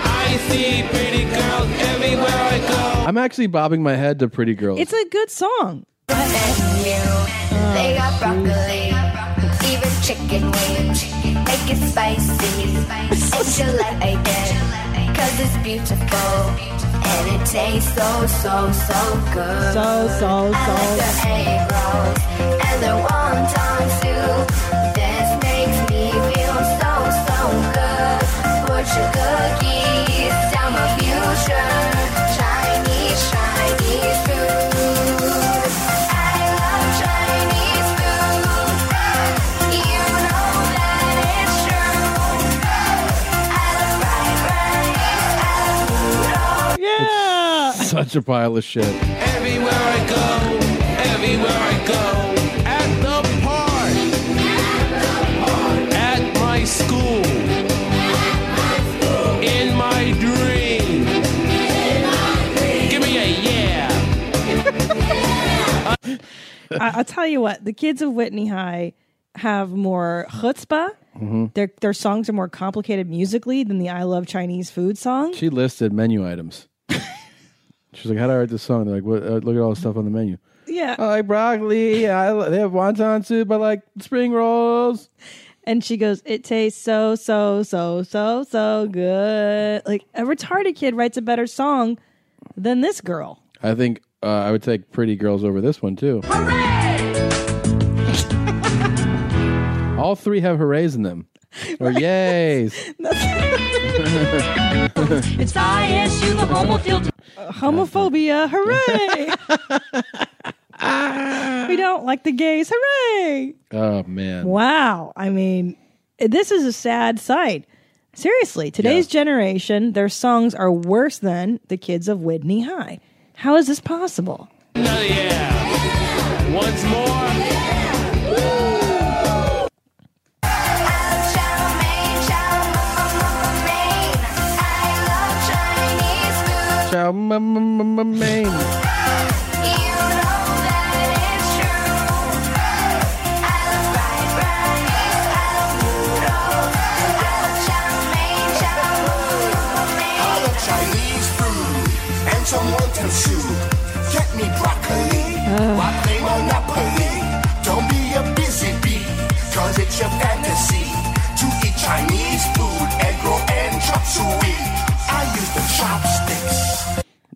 I see pretty girls everywhere I go.
I'm actually bobbing my head to Pretty Girls.
It's a good song.
They got broccoli, even chicken wings. Make it spicy, and you like it. Cause it's beautiful, and it tastes so, so, so good.
So, so,
I like the
so.
egg rolls, and the wonton too. This makes me feel so, so good. Fortune cookies, down my future. Chinese, Chinese food. I love Chinese food. You know that it's true. I love fried rice. I love noodles.
Yeah.
Such a pile of shit.
Everywhere I go, everywhere I go. At the park, at my school, in my dream. Give me a yeah.
I, I'll tell you what, the kids of Whitney High have more chutzpah. Their their songs are more complicated musically than the I Love Chinese Food song.
She listed menu [laughs] items. She's like, "How do I write this song?" They're like, what, uh, "Look at all the stuff on the menu."
Yeah.
I like broccoli. I li- they have wonton soup. I like spring rolls.
And she goes, It tastes so, so, so, so, so good. Like a retarded kid writes a better song than this girl.
I think uh, I would take Pretty Girls over this one too. All three have hoorays in them, or yays.
It's ISU, the home of filter.
Homophobia, hooray! we don't like the gays, hooray!
oh man,
Wow. I mean, this is a sad sight. Seriously, today's generation, their songs are worse than the kids of Whitney High. How is this possible?
Another yeah. Once more.
Maine.
All the Chinese food and someone to shoot. Get me broccoli. Why play Monopoly? Don't be a busy bee, cause it's your fantasy to eat Chinese food, egg roll, and chop suey. I use the chopsticks.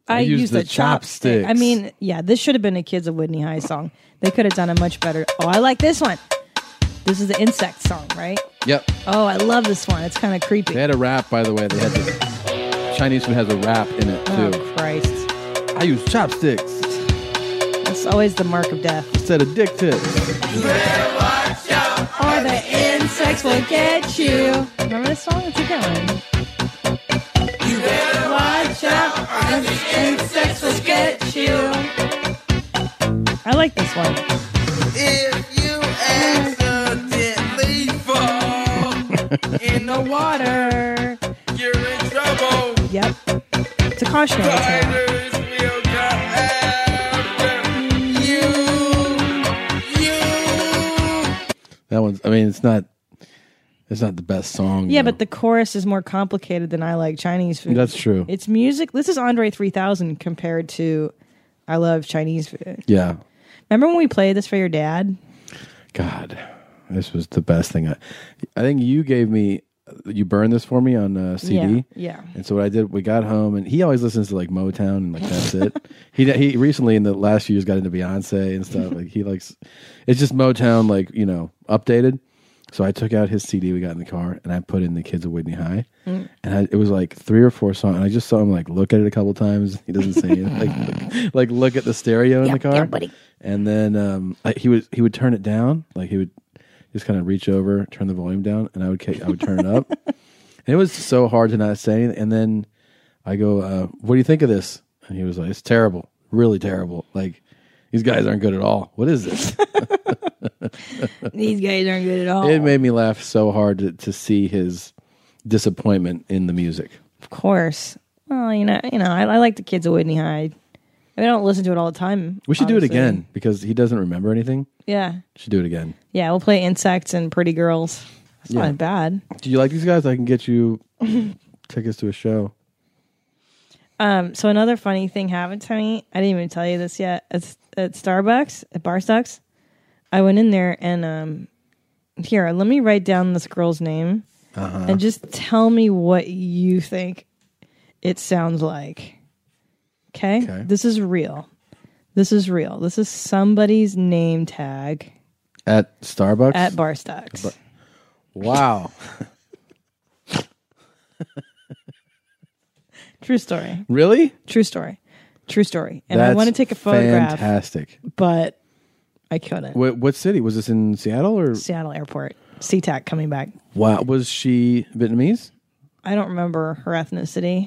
I
used
used
the
the chopstick. I
chopsticks.
mean, yeah, this should have been a Kids of Whitney High song. They could have done a much better. Oh, I like this one. This is the insect song, right?
Yep.
Oh, I love this one. It's kind of creepy.
They had a rap, by the way. They had the Chinese food has a rap in it
Oh,
too.
Christ.
Uh, I use chopsticks
That's always the mark of death.
instead of dick tips.
Or the insects will get you. Remember this song? It's a good one.
You better watch out, or the insects will get you.
I like this one.
If you accidentally fall in the water, you're in trouble.
Yep. It's a cautionary tale.
Spiders will come after you. You.
That one's. I mean, it's not. It's not the best song.
Yeah, but the chorus is more complicated than I like Chinese food.
That's true.
It's music. This is Andre 3000 compared to I love Chinese food.
Yeah.
Remember when we played this for your dad?
God, this was the best thing. I, I think you gave me. You burned this for me on uh, CD.
Yeah, yeah.
And so what I did, we got home, and he always listens to like Motown, and like that's it. [laughs] he he recently in the last few years got into Beyonce and stuff. Like he likes, it's just Motown, like you know, updated. So I took out his CD we got in the car, and I put in the Kids of Whitney High, Mm. and I, it was like three or four songs. And I just saw him like look at it a couple times. He doesn't say anything. like, like look at the stereo in the car. And then um, I, he would he would turn it down. Like he would just kind of reach over, turn the volume down, and I would ca- I would turn it up. And it was so hard to not say. anything. And then I go, uh, "What do you think of this?" And he was like, "It's terrible, really terrible. Like these guys aren't good at all. What is this?"
These guys aren't good at all.
Uh, It made me laugh so hard to, to see his disappointment in the music.
of course. Well, you know, you know, I, I like the kids of Whitney High. I, mean, I don't listen to it all the time.
We should do it
obviously.
again because he doesn't remember anything.
Yeah,
Should do it again.
yeah. We'll play insects and pretty girls. It's
Yeah.
not bad.
Do you like these guys? I can get
[laughs]
you tickets to a show.
Um, so another funny thing happened to me. I didn't even tell you this yet. At, at Starbucks, at Bar Stux, I went in there and um, here, let me write down this girl's name
Uh-huh.
and just tell me what you think it sounds like. Okay?
Okay.
This is real. This is real. This is somebody's name tag
At Starbucks?
at Bar Stux.
But- Wow.
True story.
really?
True story. True story. [laughs] And I
That's
want to take a photograph,
Fantastic.
but I couldn't.
What, what city? Was this in Seattle or?
Seattle Airport. SeaTac coming back.
Wow. Was she Vietnamese?
I don't remember her ethnicity.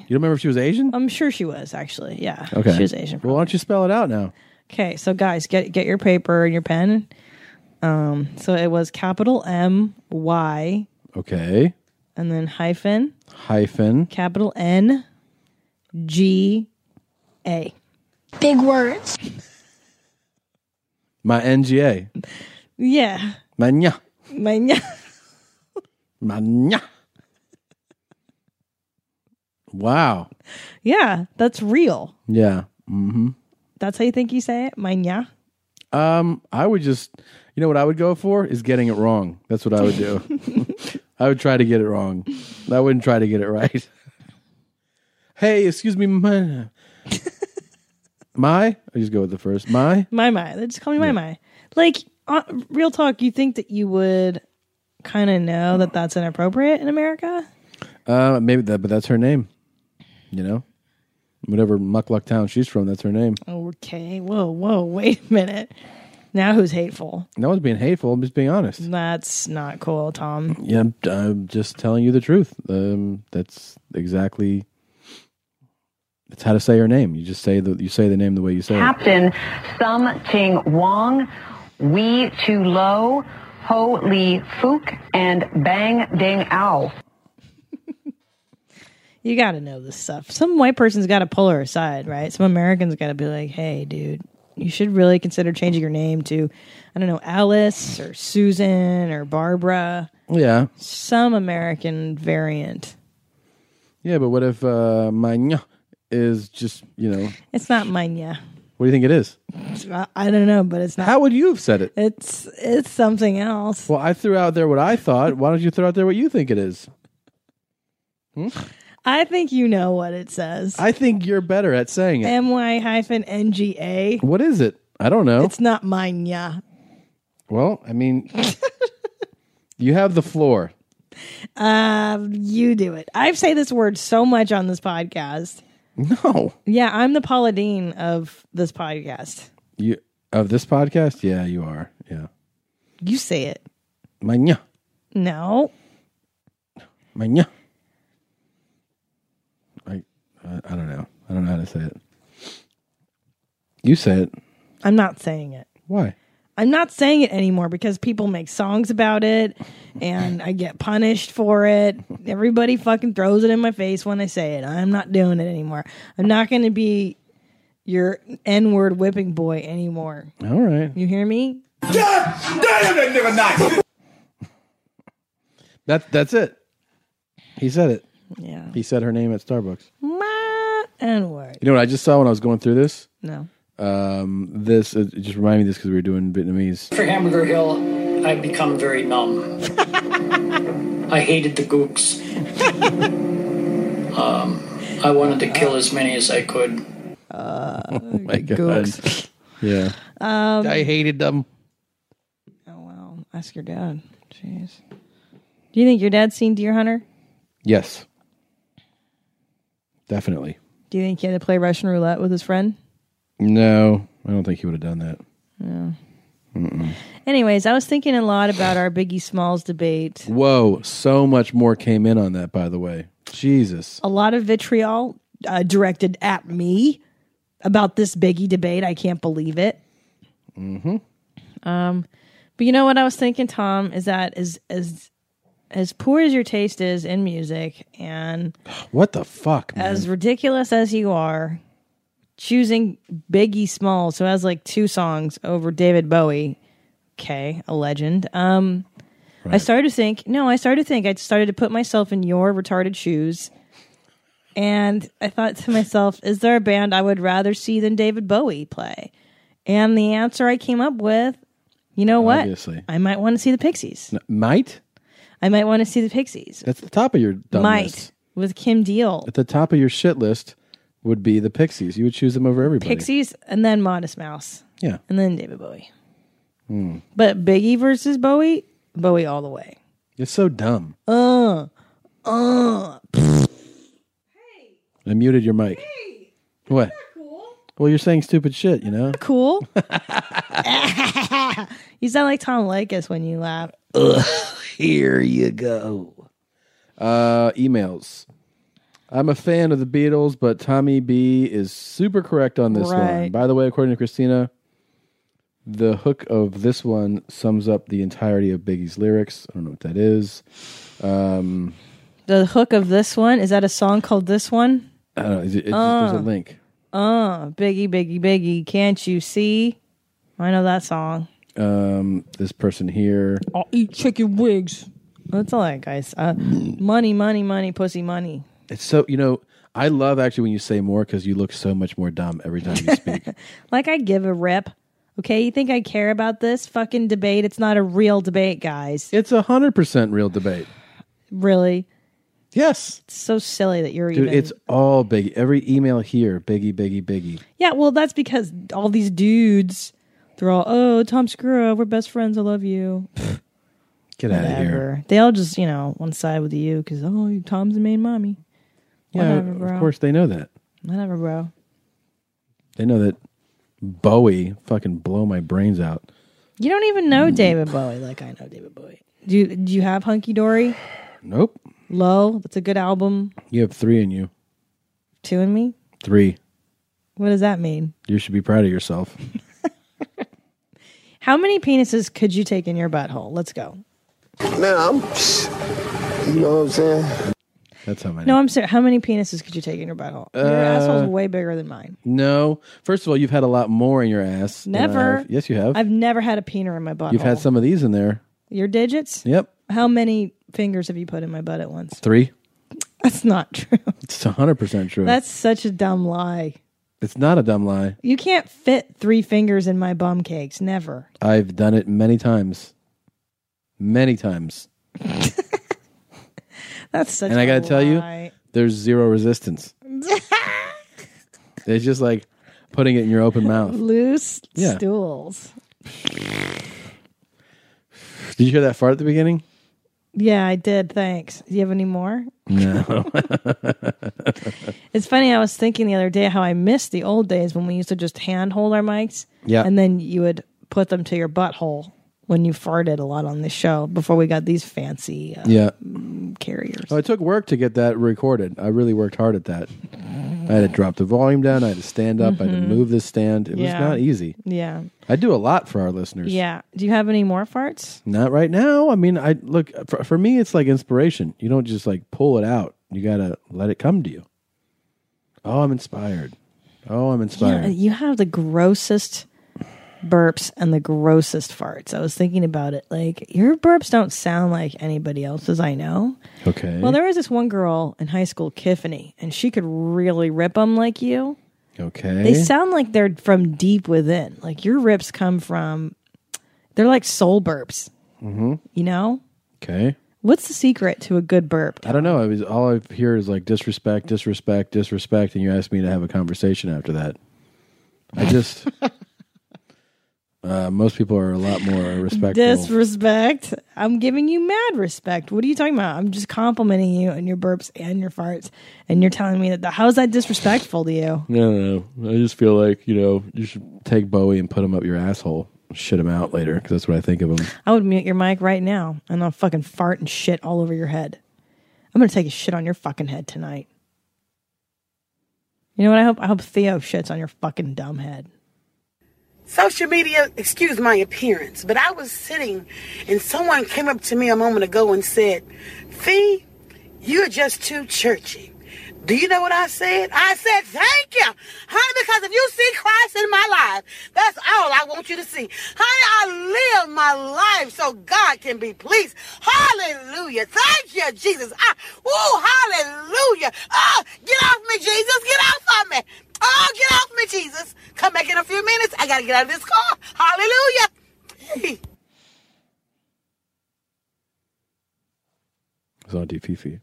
You don't remember if she was Asian?
I'm sure she was actually. Yeah.
Okay.
She was Asian.
Well, why don't you spell it out now?
Okay, so guys, get get your paper and your pen. Um, so it was capital M Y
Okay.
and then hyphen
Hyphen.
capital N G A. Big words.
My NGA.
Yeah. [laughs]
My nya.
My nya. [laughs]
My nya. Wow.
Yeah, that's real.
Yeah. hmm
That's how you think you say it? My nya.
Um, I would just, you know, what I would go for is getting it wrong. That's what I would do. I would try to get it wrong. I wouldn't try to get it right. hey, excuse me, my, my. I just go with the first my.
My my. They just call me my my. Like uh, real talk, you think that you would kind of know that that's inappropriate in America?
Uh, maybe that, but that's her name. You know, whatever muckluck town she's from, that's her name.
Oh. Okay. Whoa, whoa, [laughs] wait a minute. Now who's hateful?
No one's being hateful. I'm just being honest.
That's not cool, Tom.
Yeah, I'm, I'm just telling you the truth. Um, that's exactly. It's how to say her name. You just say the you say the name the way you say it.
Captain Sum Ting Wong, Wee Tu Lo, Ho Lee Fook, and Bang Ding Ao.
You got to know this stuff. Some white person's got to pull her aside, right? Some American's got to be like, hey, dude, you should really consider changing your name to, I don't know, Alice or Susan or Barbara.
Yeah.
Some American variant.
Yeah, but what if uh, my nya is just, you know,
It's not Manya.
what do you think it is?
It's- I- I don't know, but it's not.
How would you have said it?
It's it's something else.
Well, I threw out there what I thought. Why don't you throw out there what you think it is? Hmm?
I think you know what it says.
I think you're better at saying it.
My hyphen nga.
What is it? I don't know.
It's not Manya.
well, I mean, you have the floor.
Uh, you do it. I've say this word so much on this podcast.
No.
Yeah, I'm the Paula Dean of this podcast.
You of this podcast? Yeah, you are. Yeah.
You say it.
My nya.
No.
My nya. I, I I don't know. I don't know how to say it. You say it.
I'm not saying it.
Why?
I'm not saying it anymore because people make songs about it and I get punished for it. Everybody fucking throws it in my face when I say it. I'm not doing it anymore. I'm not going to be your N word whipping boy anymore.
All right.
You hear me?
Damn that nigga nice.
That that's it. He said it.
Yeah.
He said her name at Starbucks.
My N word.
You know what I just saw when I was going through this?
No.
Um, this it just reminded me of this because we were doing Vietnamese.
For Hamburger Hill, I've become very numb. I hated the gooks. um, I wanted to kill as many as I could.
oh [laughs] my god. Yeah.
Um,
I hated them.
Ask your dad. Jeez. Do you think your dad's seen Deer Hunter?
Yes. Definitely.
Do you think he had to play Russian roulette with his friend?
No, I don't think he would have done that.
Yeah.
Mm-mm.
Anyways, I was thinking a lot about our Biggie Smalls debate.
Whoa, so much more came in on that, by the way. Jesus.
A lot of vitriol uh, directed at me about this Biggie debate. I can't believe it.
Mm-hmm.
Um, but you know what I was thinking, Tom, is that as as as poor as your taste is in music, and
What the fuck, man?
as ridiculous as you are, choosing Biggie Smalls, who has like two songs over David Bowie, okay, a legend. Um, I started to think. No, I started to think. I started to put myself in your retarded shoes, and I thought to myself, "Is there a band I would rather see than David Bowie play?" And the answer I came up with, you know what?
Obviously.
I might want to see the Pixies.
N- might?
I might want to see the Pixies.
That's the top of your dumb
might
list.
with Kim Deal.
At the top of your shit list would be the Pixies. You would choose them over everybody.
Pixies and then Modest Mouse.
Yeah.
And then David Bowie.
Hmm.
But Biggie versus Bowie, Bowie all the way.
It's so dumb.
Uh, uh.
I muted your mic. what? Well, you're saying stupid shit, you know?
Cool. [laughs] you sound like Tom Likas when you laugh.
here you go. Uh, emails. I'm a fan of the Beatles, but Tommy B is super correct on this one.
Right.
By the way, according to Christina, the hook of this one sums up the entirety of Biggie's lyrics. I don't know what that is. Um,
The hook of this one is that a song called This One?
I don't know. Is it, it's
Uh.
there's a link.
Uh, Biggie, Biggie, Biggie, can't you see? I know that song.
Um, this person here.
I'll eat chicken wigs. That's all right, guys. Uh, money, money, money, pussy, money.
It's so you know. I love actually when you say more because you look so much more dumb every time you speak.
[laughs] Like I give a rip. Okay, you think I care about this fucking debate? It's not a real debate, guys.
it's a hundred percent real debate.
Really?
Yes.
It's so silly that you're
Dude,
even.
it's all Biggie. Every email here, Biggie, Biggie, Biggie.
yeah, well, that's because all these dudes, they're all, oh, Tom Skura, we're best friends. I love you.
Get out of here.
They all just, you know, one side with you because, oh, you- Tom's the main mommy.
Yeah,
Whatever, bro.
of course they know that.
Whatever, bro.
They know that Bowie fucking blow my brains out.
You don't even know
Mm-hmm.
David Bowie like I know David Bowie. Do you, do you have Hunky Dory?
Nope.
Low? That's a good album.
You have three in you.
Two and Me?
Three.
What does that mean?
You should be proud of
[laughs]
yourself.
How many penises could you take in your butthole? Let's go.
Now I'm, you know what I'm saying?
That's how many.
No, I'm serious. How many penises could you take in your butthole? your
Uh,
asshole's way bigger than mine.
No. First of all, you've had a lot more in your ass. than I
Never.
have. Yes, you have.
I've never had a peener in my butthole.
You've had some of these in there.
Your digits?
Yep.
How many fingers have you put in my butt at once? [laughs]
Three.
That's not true.
It's 100% true.
That's such a dumb lie.
it's not a dumb lie.
You can't fit three fingers in my bum cakes. Never.
I've done it many times. Many times.
That's such
and
I
I got to tell you, there's zero
[laughs]
resistance. It's just like putting it in your open mouth.
Loose
Yeah.
stools.
Did you hear that fart at the beginning?
Yeah, I did. Thanks. Do you have any more?
No.
It's funny. I was thinking the other day how I missed the old days when we used to just hand hold our mics.
Yeah.
And then you would put them to your butthole when you farted a lot on the show before we got these fancy uh,
[laughs] yeah.
carriers.
Oh, it took work to get that recorded. I really worked hard at that. I had to drop the volume down. I had to stand up. I had to
Mhm.
move this stand. It
Yeah.
was not easy.
Yeah.
I do a lot for our listeners.
Yeah. Do you have any more farts?
Not right now. I mean, I look for, for me. It's like inspiration. You don't just like pull it out. You gotta let it come to you. Oh, I'm inspired. Oh, I'm
Yeah,
inspired.
you have the grossest burps and the grossest farts. I was thinking about it. Like, your burps don't sound like anybody else's I know.
Okay.
Well, there was this one girl in high school, Tiffany, and she could really rip them like you.
okay.
They sound like they're from deep within. Like your rips come from, they're like soul burps,
hmm
you know?
Okay.
What's the secret to a good burp?
I don't know. I was all I hear is like disrespect, disrespect, disrespect, and you ask me to have a conversation after that. I just uh, most people are a lot more respectful.
Disrespect. I'm giving you mad respect. What are you talking about? I'm just complimenting you and your burps and your farts, and you're telling me that the, how's that disrespectful to you?
No, no, no. I just feel like you know you should take Bowie and put him up your asshole, shit him out later because that's what I think of him.
I would mute your mic right now, and I'll fucking fart and shit all over your head. I'm gonna take a shit on your fucking head tonight. You know what? I hope I hope Theo shits on your fucking dumb head.
Social media, excuse my appearance, but I was sitting and someone came up to me a moment ago and said, Fee, you're just too churchy. Do you know what I said? I said, thank you, honey, because if you see Christ in my life, that's all I want you to see. Honey, I live my life so God can be pleased. Hallelujah. Thank you, Jesus. I, oh, hallelujah. Oh, get off me, Jesus. Get off of me. Oh, get off me, Jesus. Come back in a few minutes. I got to get out of this car. Hallelujah.
It's all DPP.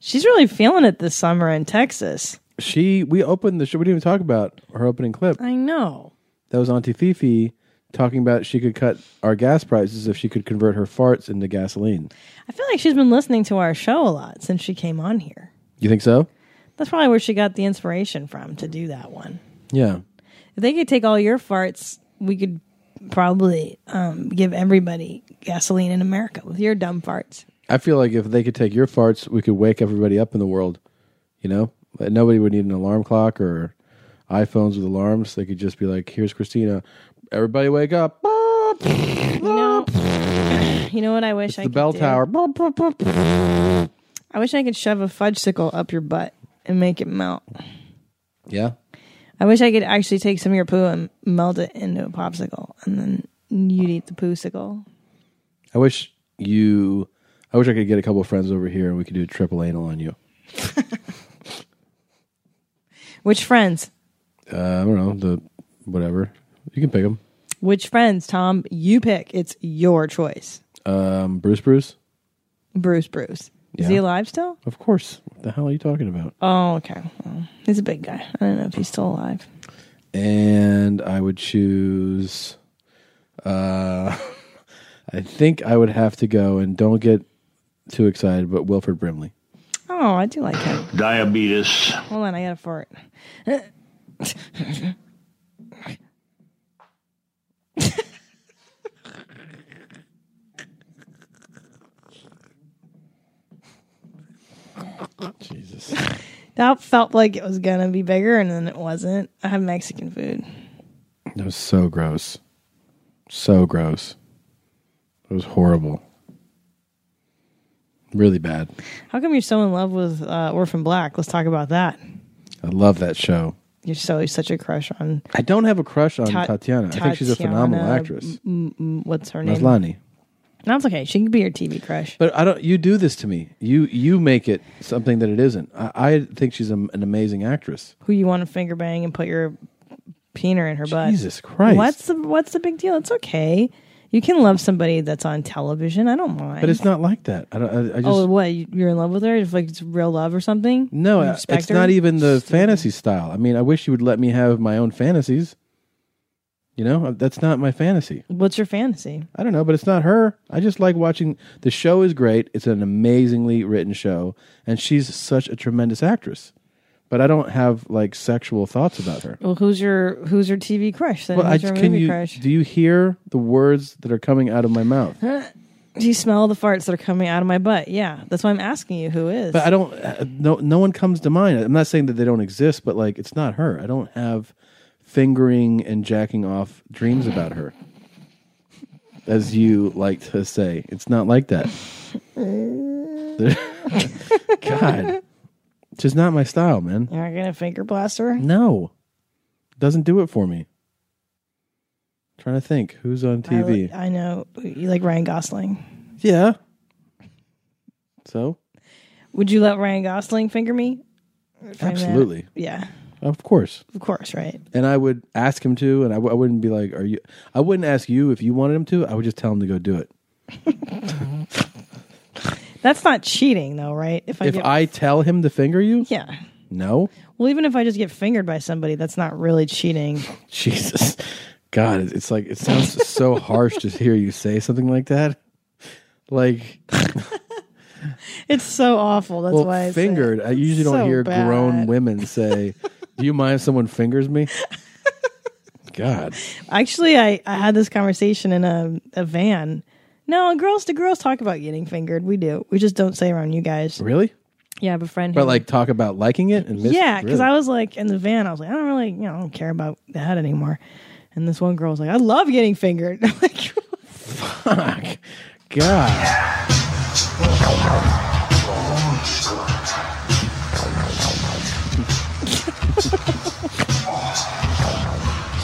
She's really feeling it this summer in Texas.
She, we opened the show. We didn't even talk about her opening clip.
I know.
That was Auntie Fifi talking about she could cut our gas prices if she could convert her farts into gasoline.
I feel like she's been listening to our show a lot since she came on here.
You think so?
That's probably where she got the inspiration from to do that one.
Yeah.
If they could take all your farts, we could probably um, give everybody gasoline in America with your dumb farts.
I feel like if they could take your farts, we could wake everybody up in the world. You know, Like, nobody would need an alarm clock or iPhones with alarms. They could just be like, "Here's Christina, everybody wake up!"
You know what I wish I
the
could
bell
do?
tower.
I wish I could shove a fudgesicle up your butt and make it melt.
Yeah,
I wish I could actually take some of your poo and melt it into a popsicle, and then you'd eat the poosicle.
I wish you. I wish I could get a couple of friends over here and we could do a triple anal on you.
Which friends?
Uh, I don't know the whatever. You can pick them.
Which friends, Tom? You pick. It's your choice.
Um, Bruce, Bruce.
Bruce Bruce. Is
Yeah.
he alive still?
Of course. What the hell are you talking about?
Oh, okay. Well, he's a big guy. I don't know if he's still alive.
and I would choose. Uh, [laughs] I think I would have to go and don't get too excited, but Wilfred Brimley.
Oh, I do like him.
Diabetes.
Hold on, I got a fart.
Jesus.
that felt like it was gonna be bigger, and then it wasn't. I have Mexican food.
That was so gross. So gross. It was horrible. Really bad.
How come you're so in love with uh, Orphan Black? Let's talk about that.
I love that show.
You're so such a crush on.
I don't have a crush on
Ta-
Tatiana. I think she's a phenomenal
Tatiana,
actress.
m- m- mm, what's her name?
Maslani.
That's okay. She can be your TV crush.
But I don't. You do this to me. You you make it something that it isn't. I, I think she's am- an amazing actress.
Who you want to finger bang and put your peener in her butt?
Jesus Christ.
What's the What's the big deal? It's okay. You can love somebody that's on television. I don't mind.
But it's not like that. I don't. I, I just.
oh, what? you- You're in love with her? If like it's real love or something?
no,
You
I-
respect
it's
her?
not even the fantasy style. I mean, I wish you would let me have my own fantasies. You know, uh, that's not my fantasy.
What's your fantasy?
I don't know, but it's not her. I just like watching. The show is great. It's an amazingly written show, and she's such a tremendous actress. But I don't have like sexual thoughts about her.
Well, who's your Who's your TV crush? Then
Well, I
who's your
just- can
movie
you
crush?
do you hear the words that are coming out of my mouth?
Huh? Do you smell the farts that are coming out of my butt? Yeah, that's why I'm asking you who is.
But I don't. uh, No, no one comes to mind. I'm not saying that they don't exist, but like it's not her. I don't have fingering and jacking off dreams about her, as you like to say. It's not like that. [laughs] God, it's just not my style, man.
You're not gonna finger blast her?
No, doesn't do it for me. trying to think who's on
I li-
TV.
I, know you like Ryan Gosling.
Yeah. So
Would you let Ryan Gosling finger me? If I met-
Absolutely.
Yeah,
of course.
of course, right?
and I would ask him to, and I w- I wouldn't be like, "Are you?" I wouldn't ask you if you wanted him to. I would just tell him to go do it.
That's not cheating, though, right? If I
if
get,
I tell him to finger you,
yeah.
no, [laughs]
Well, even if I just get fingered by somebody, that's not
[laughs]
really cheating.
Jesus, God, it- it's like it sounds
[laughs]
so harsh to hear you say something like that. Like,
It's so awful. That's
well,
why. I say it.
fingered. I usually
so
don't hear
bad.
grown women
[laughs]
say, "Do you mind if someone fingers me?" God,
Actually, I, I had this conversation in a, a van. No, girls to girls talk about getting fingered. We do. We just don't say around you guys.
really?
Yeah, I have a friend. who-
But like, talk about liking it and miss
yeah, because I
really?
was like in the van. I was like, I don't really, you know, I don't care about that anymore. And this one girl was like, I love getting fingered. [laughs] I'm like,
[laughs] fuck, God.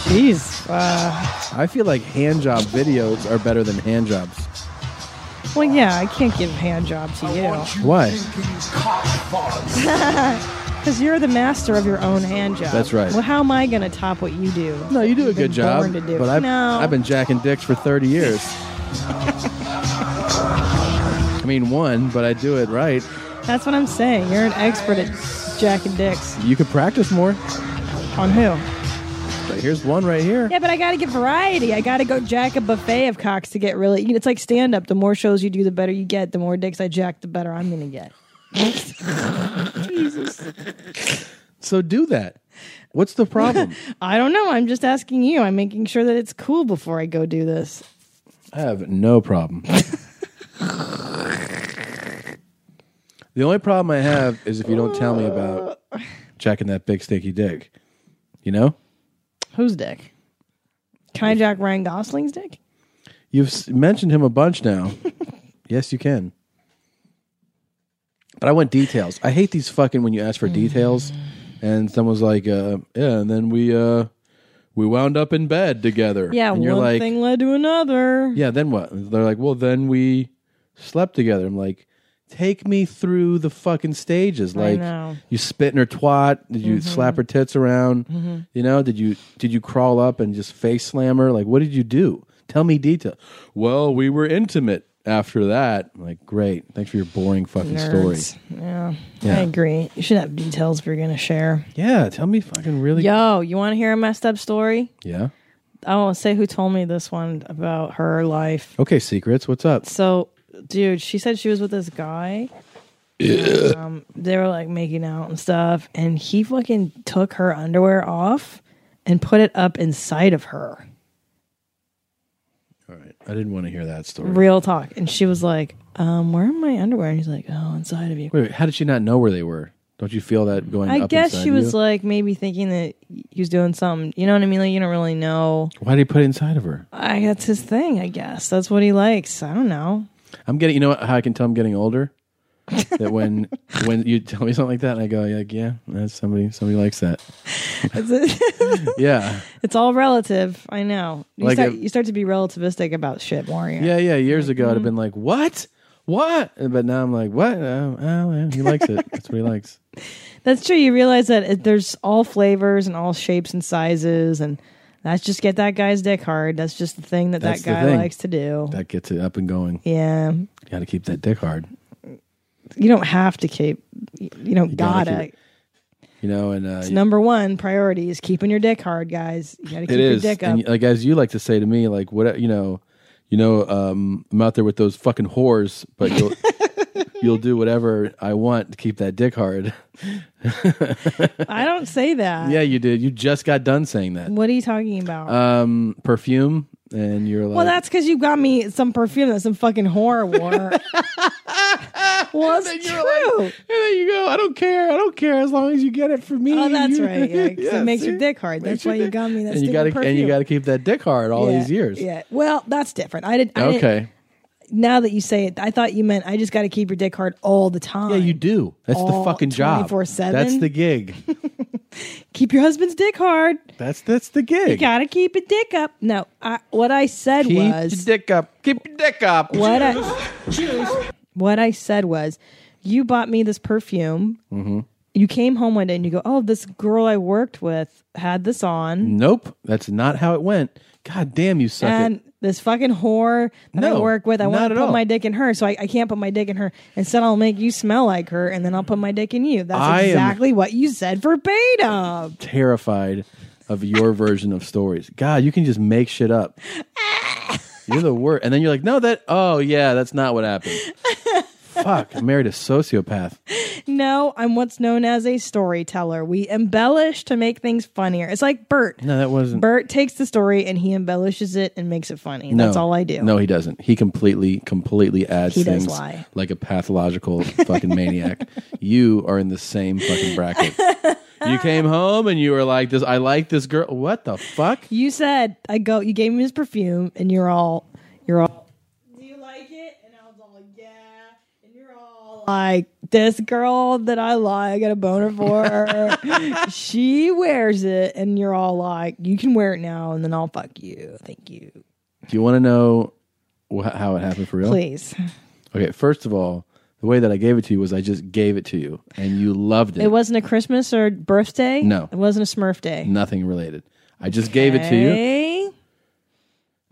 Jeez. Uh,
I feel like hand job videos are better than hand jobs.
[laughs] well, yeah, I can't give a hand job to you
Why?
because you're the master of your own hand job.
That's right.
Well, how am I going to top what you do?
No, you do a
You've been
good job.
born to do.
But I've,
no.
I've been jacking dicks for 30 years. I mean, one, but I do it right.
That's what I'm saying. You're an expert at Jack and Dicks.
You could practice more.
On who?
But here's one right here.
Yeah, but I got to get variety. I got to go jack a buffet of cocks to get really. You know, it's like stand up. The more shows you do, the better you get. The more dicks I jack, the better I'm going
[laughs]
to get. Jesus.
So do that. What's the problem?
I don't know. I'm just asking you. I'm making sure that it's cool before I go do this.
[laughs] I have no problem. the only problem I have is if you don't tell me [laughs] about jacking that big stinky dick. You know?
Whose dick? Can I jack Ryan Gosling's dick?
You've s- mentioned him a bunch
[laughs]
now. yes, you can. But I want details. I hate these fucking when you ask for details,
Mm.
and someone's like, uh, "Yeah," and then we uh, we wound up in bed together.
Yeah,
and
one
you're like,
thing led to another.
"Yeah." Then what? And they're like, "Well, then we slept together." I'm like, "Take me through the fucking stages."
I
Like,
know.
you spit in her twat. Did you
Mhm.
slap her tits around?
Mhm.
You know, did you did you crawl up and just face slam her? Like, what did you do? Tell me detail. Well, we were intimate after that. I'm like, great. Thanks for your boring fucking
Nerds.
story.
Yeah,
Yeah.
I agree. You should have details if you're going to share.
Yeah, tell me fucking really.
Yo, you want to hear a messed up story?
Yeah.
I won't say who told me this one about her life.
Okay, secrets. What's up?
So, dude, she said she was with this guy. Um, they were like making out and stuff, and he fucking took her underwear off and put it up inside of her.
All right. I didn't want to hear that story.
Real talk. And she was like, um, "Where are my underwear?" And he's like, "Oh, inside of you."
Wait, wait, how did she not know where they were? Don't you feel that going?
I
up
guess
inside
she
of
was
you?
like maybe thinking that he was doing something. You know what I mean? Like you don't really know.
Why did he put it inside of her?
I that's his thing. I guess that's what he likes. I don't know.
I'm getting. You know what, how I can tell I'm getting older? that when [laughs] when you tell me something like that, and I go like, yeah, that's somebody somebody likes that.
It's, a- [laughs]
Yeah,
it's all relative. I know. You,
Like
start,
if-
you start to be relativistic about shit more. Yeah.
yeah, yeah. Years ago, I'd have been like, what, what? But now I'm like, what? Oh, oh, yeah, he likes it. That's what he likes.
That's true. You realize that it, there's all flavors and all shapes and sizes, and that's just get that guy's dick hard. That's just the thing [laughs] that
That's
that
the
guy
thing.
likes to do.
That gets it up and going.
yeah,
Got to keep that dick hard.
you don't have to keep. You you don't
gotta
gotta.
keep- You know, and uh,
It's number one priority is keeping your dick hard, guys. You gotta keep
it
your
is.
dick up.
And like as you like to say to me, like what you know, you know, um, I'm out there with those fucking whores, but
[laughs]
you'll you'll do whatever I want to keep that dick hard.
I don't say that.
yeah, you did. You just got done saying that.
What are you talking about?
Um, perfume, and you're like,
Mm. well, that's because you got me some perfume that's some fucking horror
[laughs]
war. well, it's true.
and then you go, I don't care. I don't care as long as you get it for me.
Oh,
[laughs]
that's
You-
right. Yeah, 'cause
Yeah,
it makes your
see?
dick hard.
Makes
That's
your
why you
dick-
got me that
and you got
stupid
to and you
perfume.
got to keep that dick hard all
Yeah,
these years.
Yeah. Well, that's different. I did. I didn't-
Okay.
now that you say it, I thought you meant I just got to keep your dick hard all the time.
Yeah, you do. That's the
All
fucking job.
24/7?
That's the gig.
keep your husband's dick hard.
That's that's the gig.
You gotta keep a dick up. No, I, what I said
Keep
was
your dick up. Keep your dick up.
what I what I said was, you bought me this perfume.
hmm
You came home one day and you go, "Oh, this girl I worked with had this on."
Nope, that's not how it went. God damn, you suck
and
it.
this fucking whore that I
No,
work with, I
not
want
at
to put
all.
my dick in her, so I, I can't put my dick in her. Instead, I'll make you smell like her, and then I'll put my dick in you. That's
I am-
exactly what you said verbatim.
Terrified of your version of stories. God, you can just make shit up. You're the worst. And then you're like, no, that. Oh yeah, that's not what happened. Fuck, I married a sociopath.
No, I'm what's known as a storyteller. We embellish to make things funnier. It's like Bert.
No, that wasn't.
Bert takes the story and he embellishes it and makes it funny.
No.
That's all I do.
No, he doesn't. He completely, completely adds
He does
things
lie.
like a pathological fucking maniac. You are in the same fucking bracket. you came home and you were like, "This, I like this girl." What the fuck?
You said I go. You gave him his perfume, and you're all, you're all. Do you like it? And I was all like, yeah. And you're all like, this girl that I like, I got a boner for. her. she wears it, and you're all like, you can wear it now, and then I'll fuck you. Thank you.
Do you want to know wh- how it happened for real?
Please.
Okay. First of all, the way that I gave it to you was I just gave it to you, and you loved it.
It wasn't a Christmas or birthday.
No.
it wasn't a Smurf day.
nothing related. I just gave it to you.
Okay.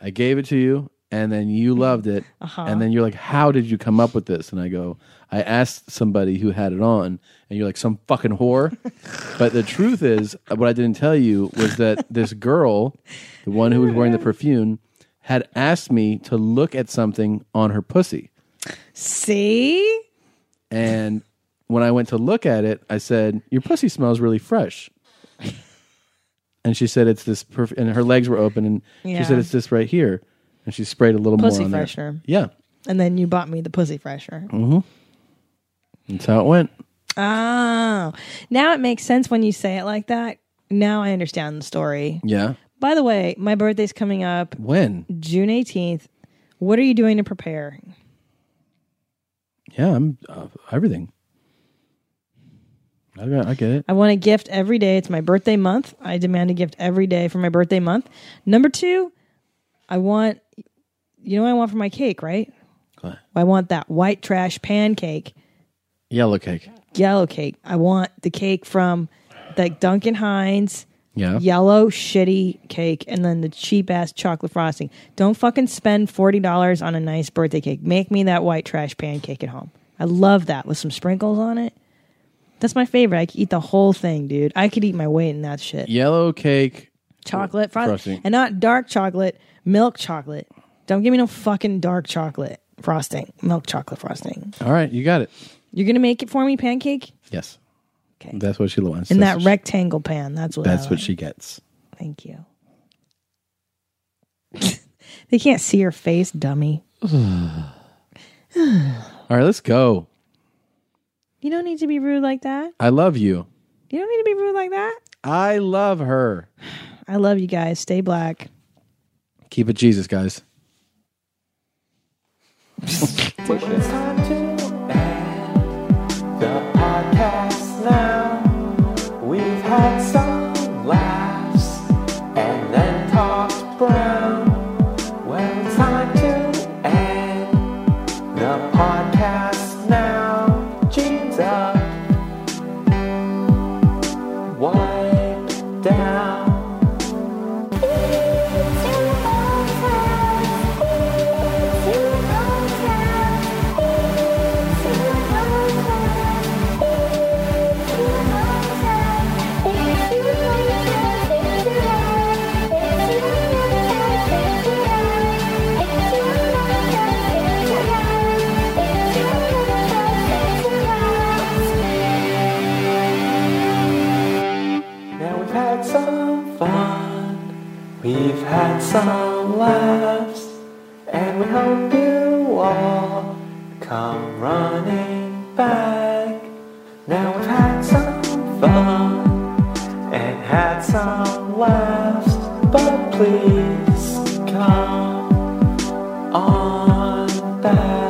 I gave it to you, and then you loved it.
Uh-huh.
And then you're like, How did you come up with this? And I go, I asked somebody who had it on, and you're like, Some fucking
[laughs]
whore. but the truth is, uh, what I didn't tell you was that this girl, the one who was wearing the perfume, had asked me to look at something on her pussy.
See,
And when I went to look at it, I said, Your pussy smells really fresh. And she said, It's this perf-, and her legs were open. And
Yeah.
she said, It's this right here. And she sprayed a little
pussy
more on there.
freshener.
Yeah.
And then you bought me the pussy freshener.
Mm-hmm. That's how it went.
Oh, now it makes sense when you say it like that. Now I understand the story.
Yeah.
By the way, my birthday's coming up
When?
June 18th. What are you doing to prepare?
Yeah, I'm uh, everything. I got, I get it.
I want a gift every day. It's my birthday month. I demand a gift every day for my birthday month. Number two, I want, you know what I want for my cake, right?
What?
I want that white trash pancake,
Yellow cake.
yellow cake. I want the cake from the Duncan Hines.
Yeah.
yellow shitty cake and then the cheap ass chocolate frosting. Don't fucking spend forty dollars on a nice birthday cake. Make me that white trash pancake at home. I love that with some sprinkles on it. That's my favorite. I could eat the whole thing, dude. I could eat my weight in that shit.
Yellow cake.
Chocolate frosting.
Frosting.
and not dark chocolate, milk chocolate. Don't give me no fucking dark chocolate frosting, milk chocolate frosting.
All right, you got it.
You're gonna make it for me, pancake,
Yes. Okay. That's what she wants.
in
That's
that
what
rectangle pan. That's
she-
what.
That's
I
what
like.
she gets.
Thank you. [laughs] they can't see your face, dummy.
All right, let's go.
You don't need to be rude like that.
I love you.
You don't need to be rude like that.
I love her.
I love you guys. Stay black.
Keep it Jesus, guys.
It was not too bad.
some laughs, and we hope you all come running back. Now we've had some fun and had some laughs, but please come on back.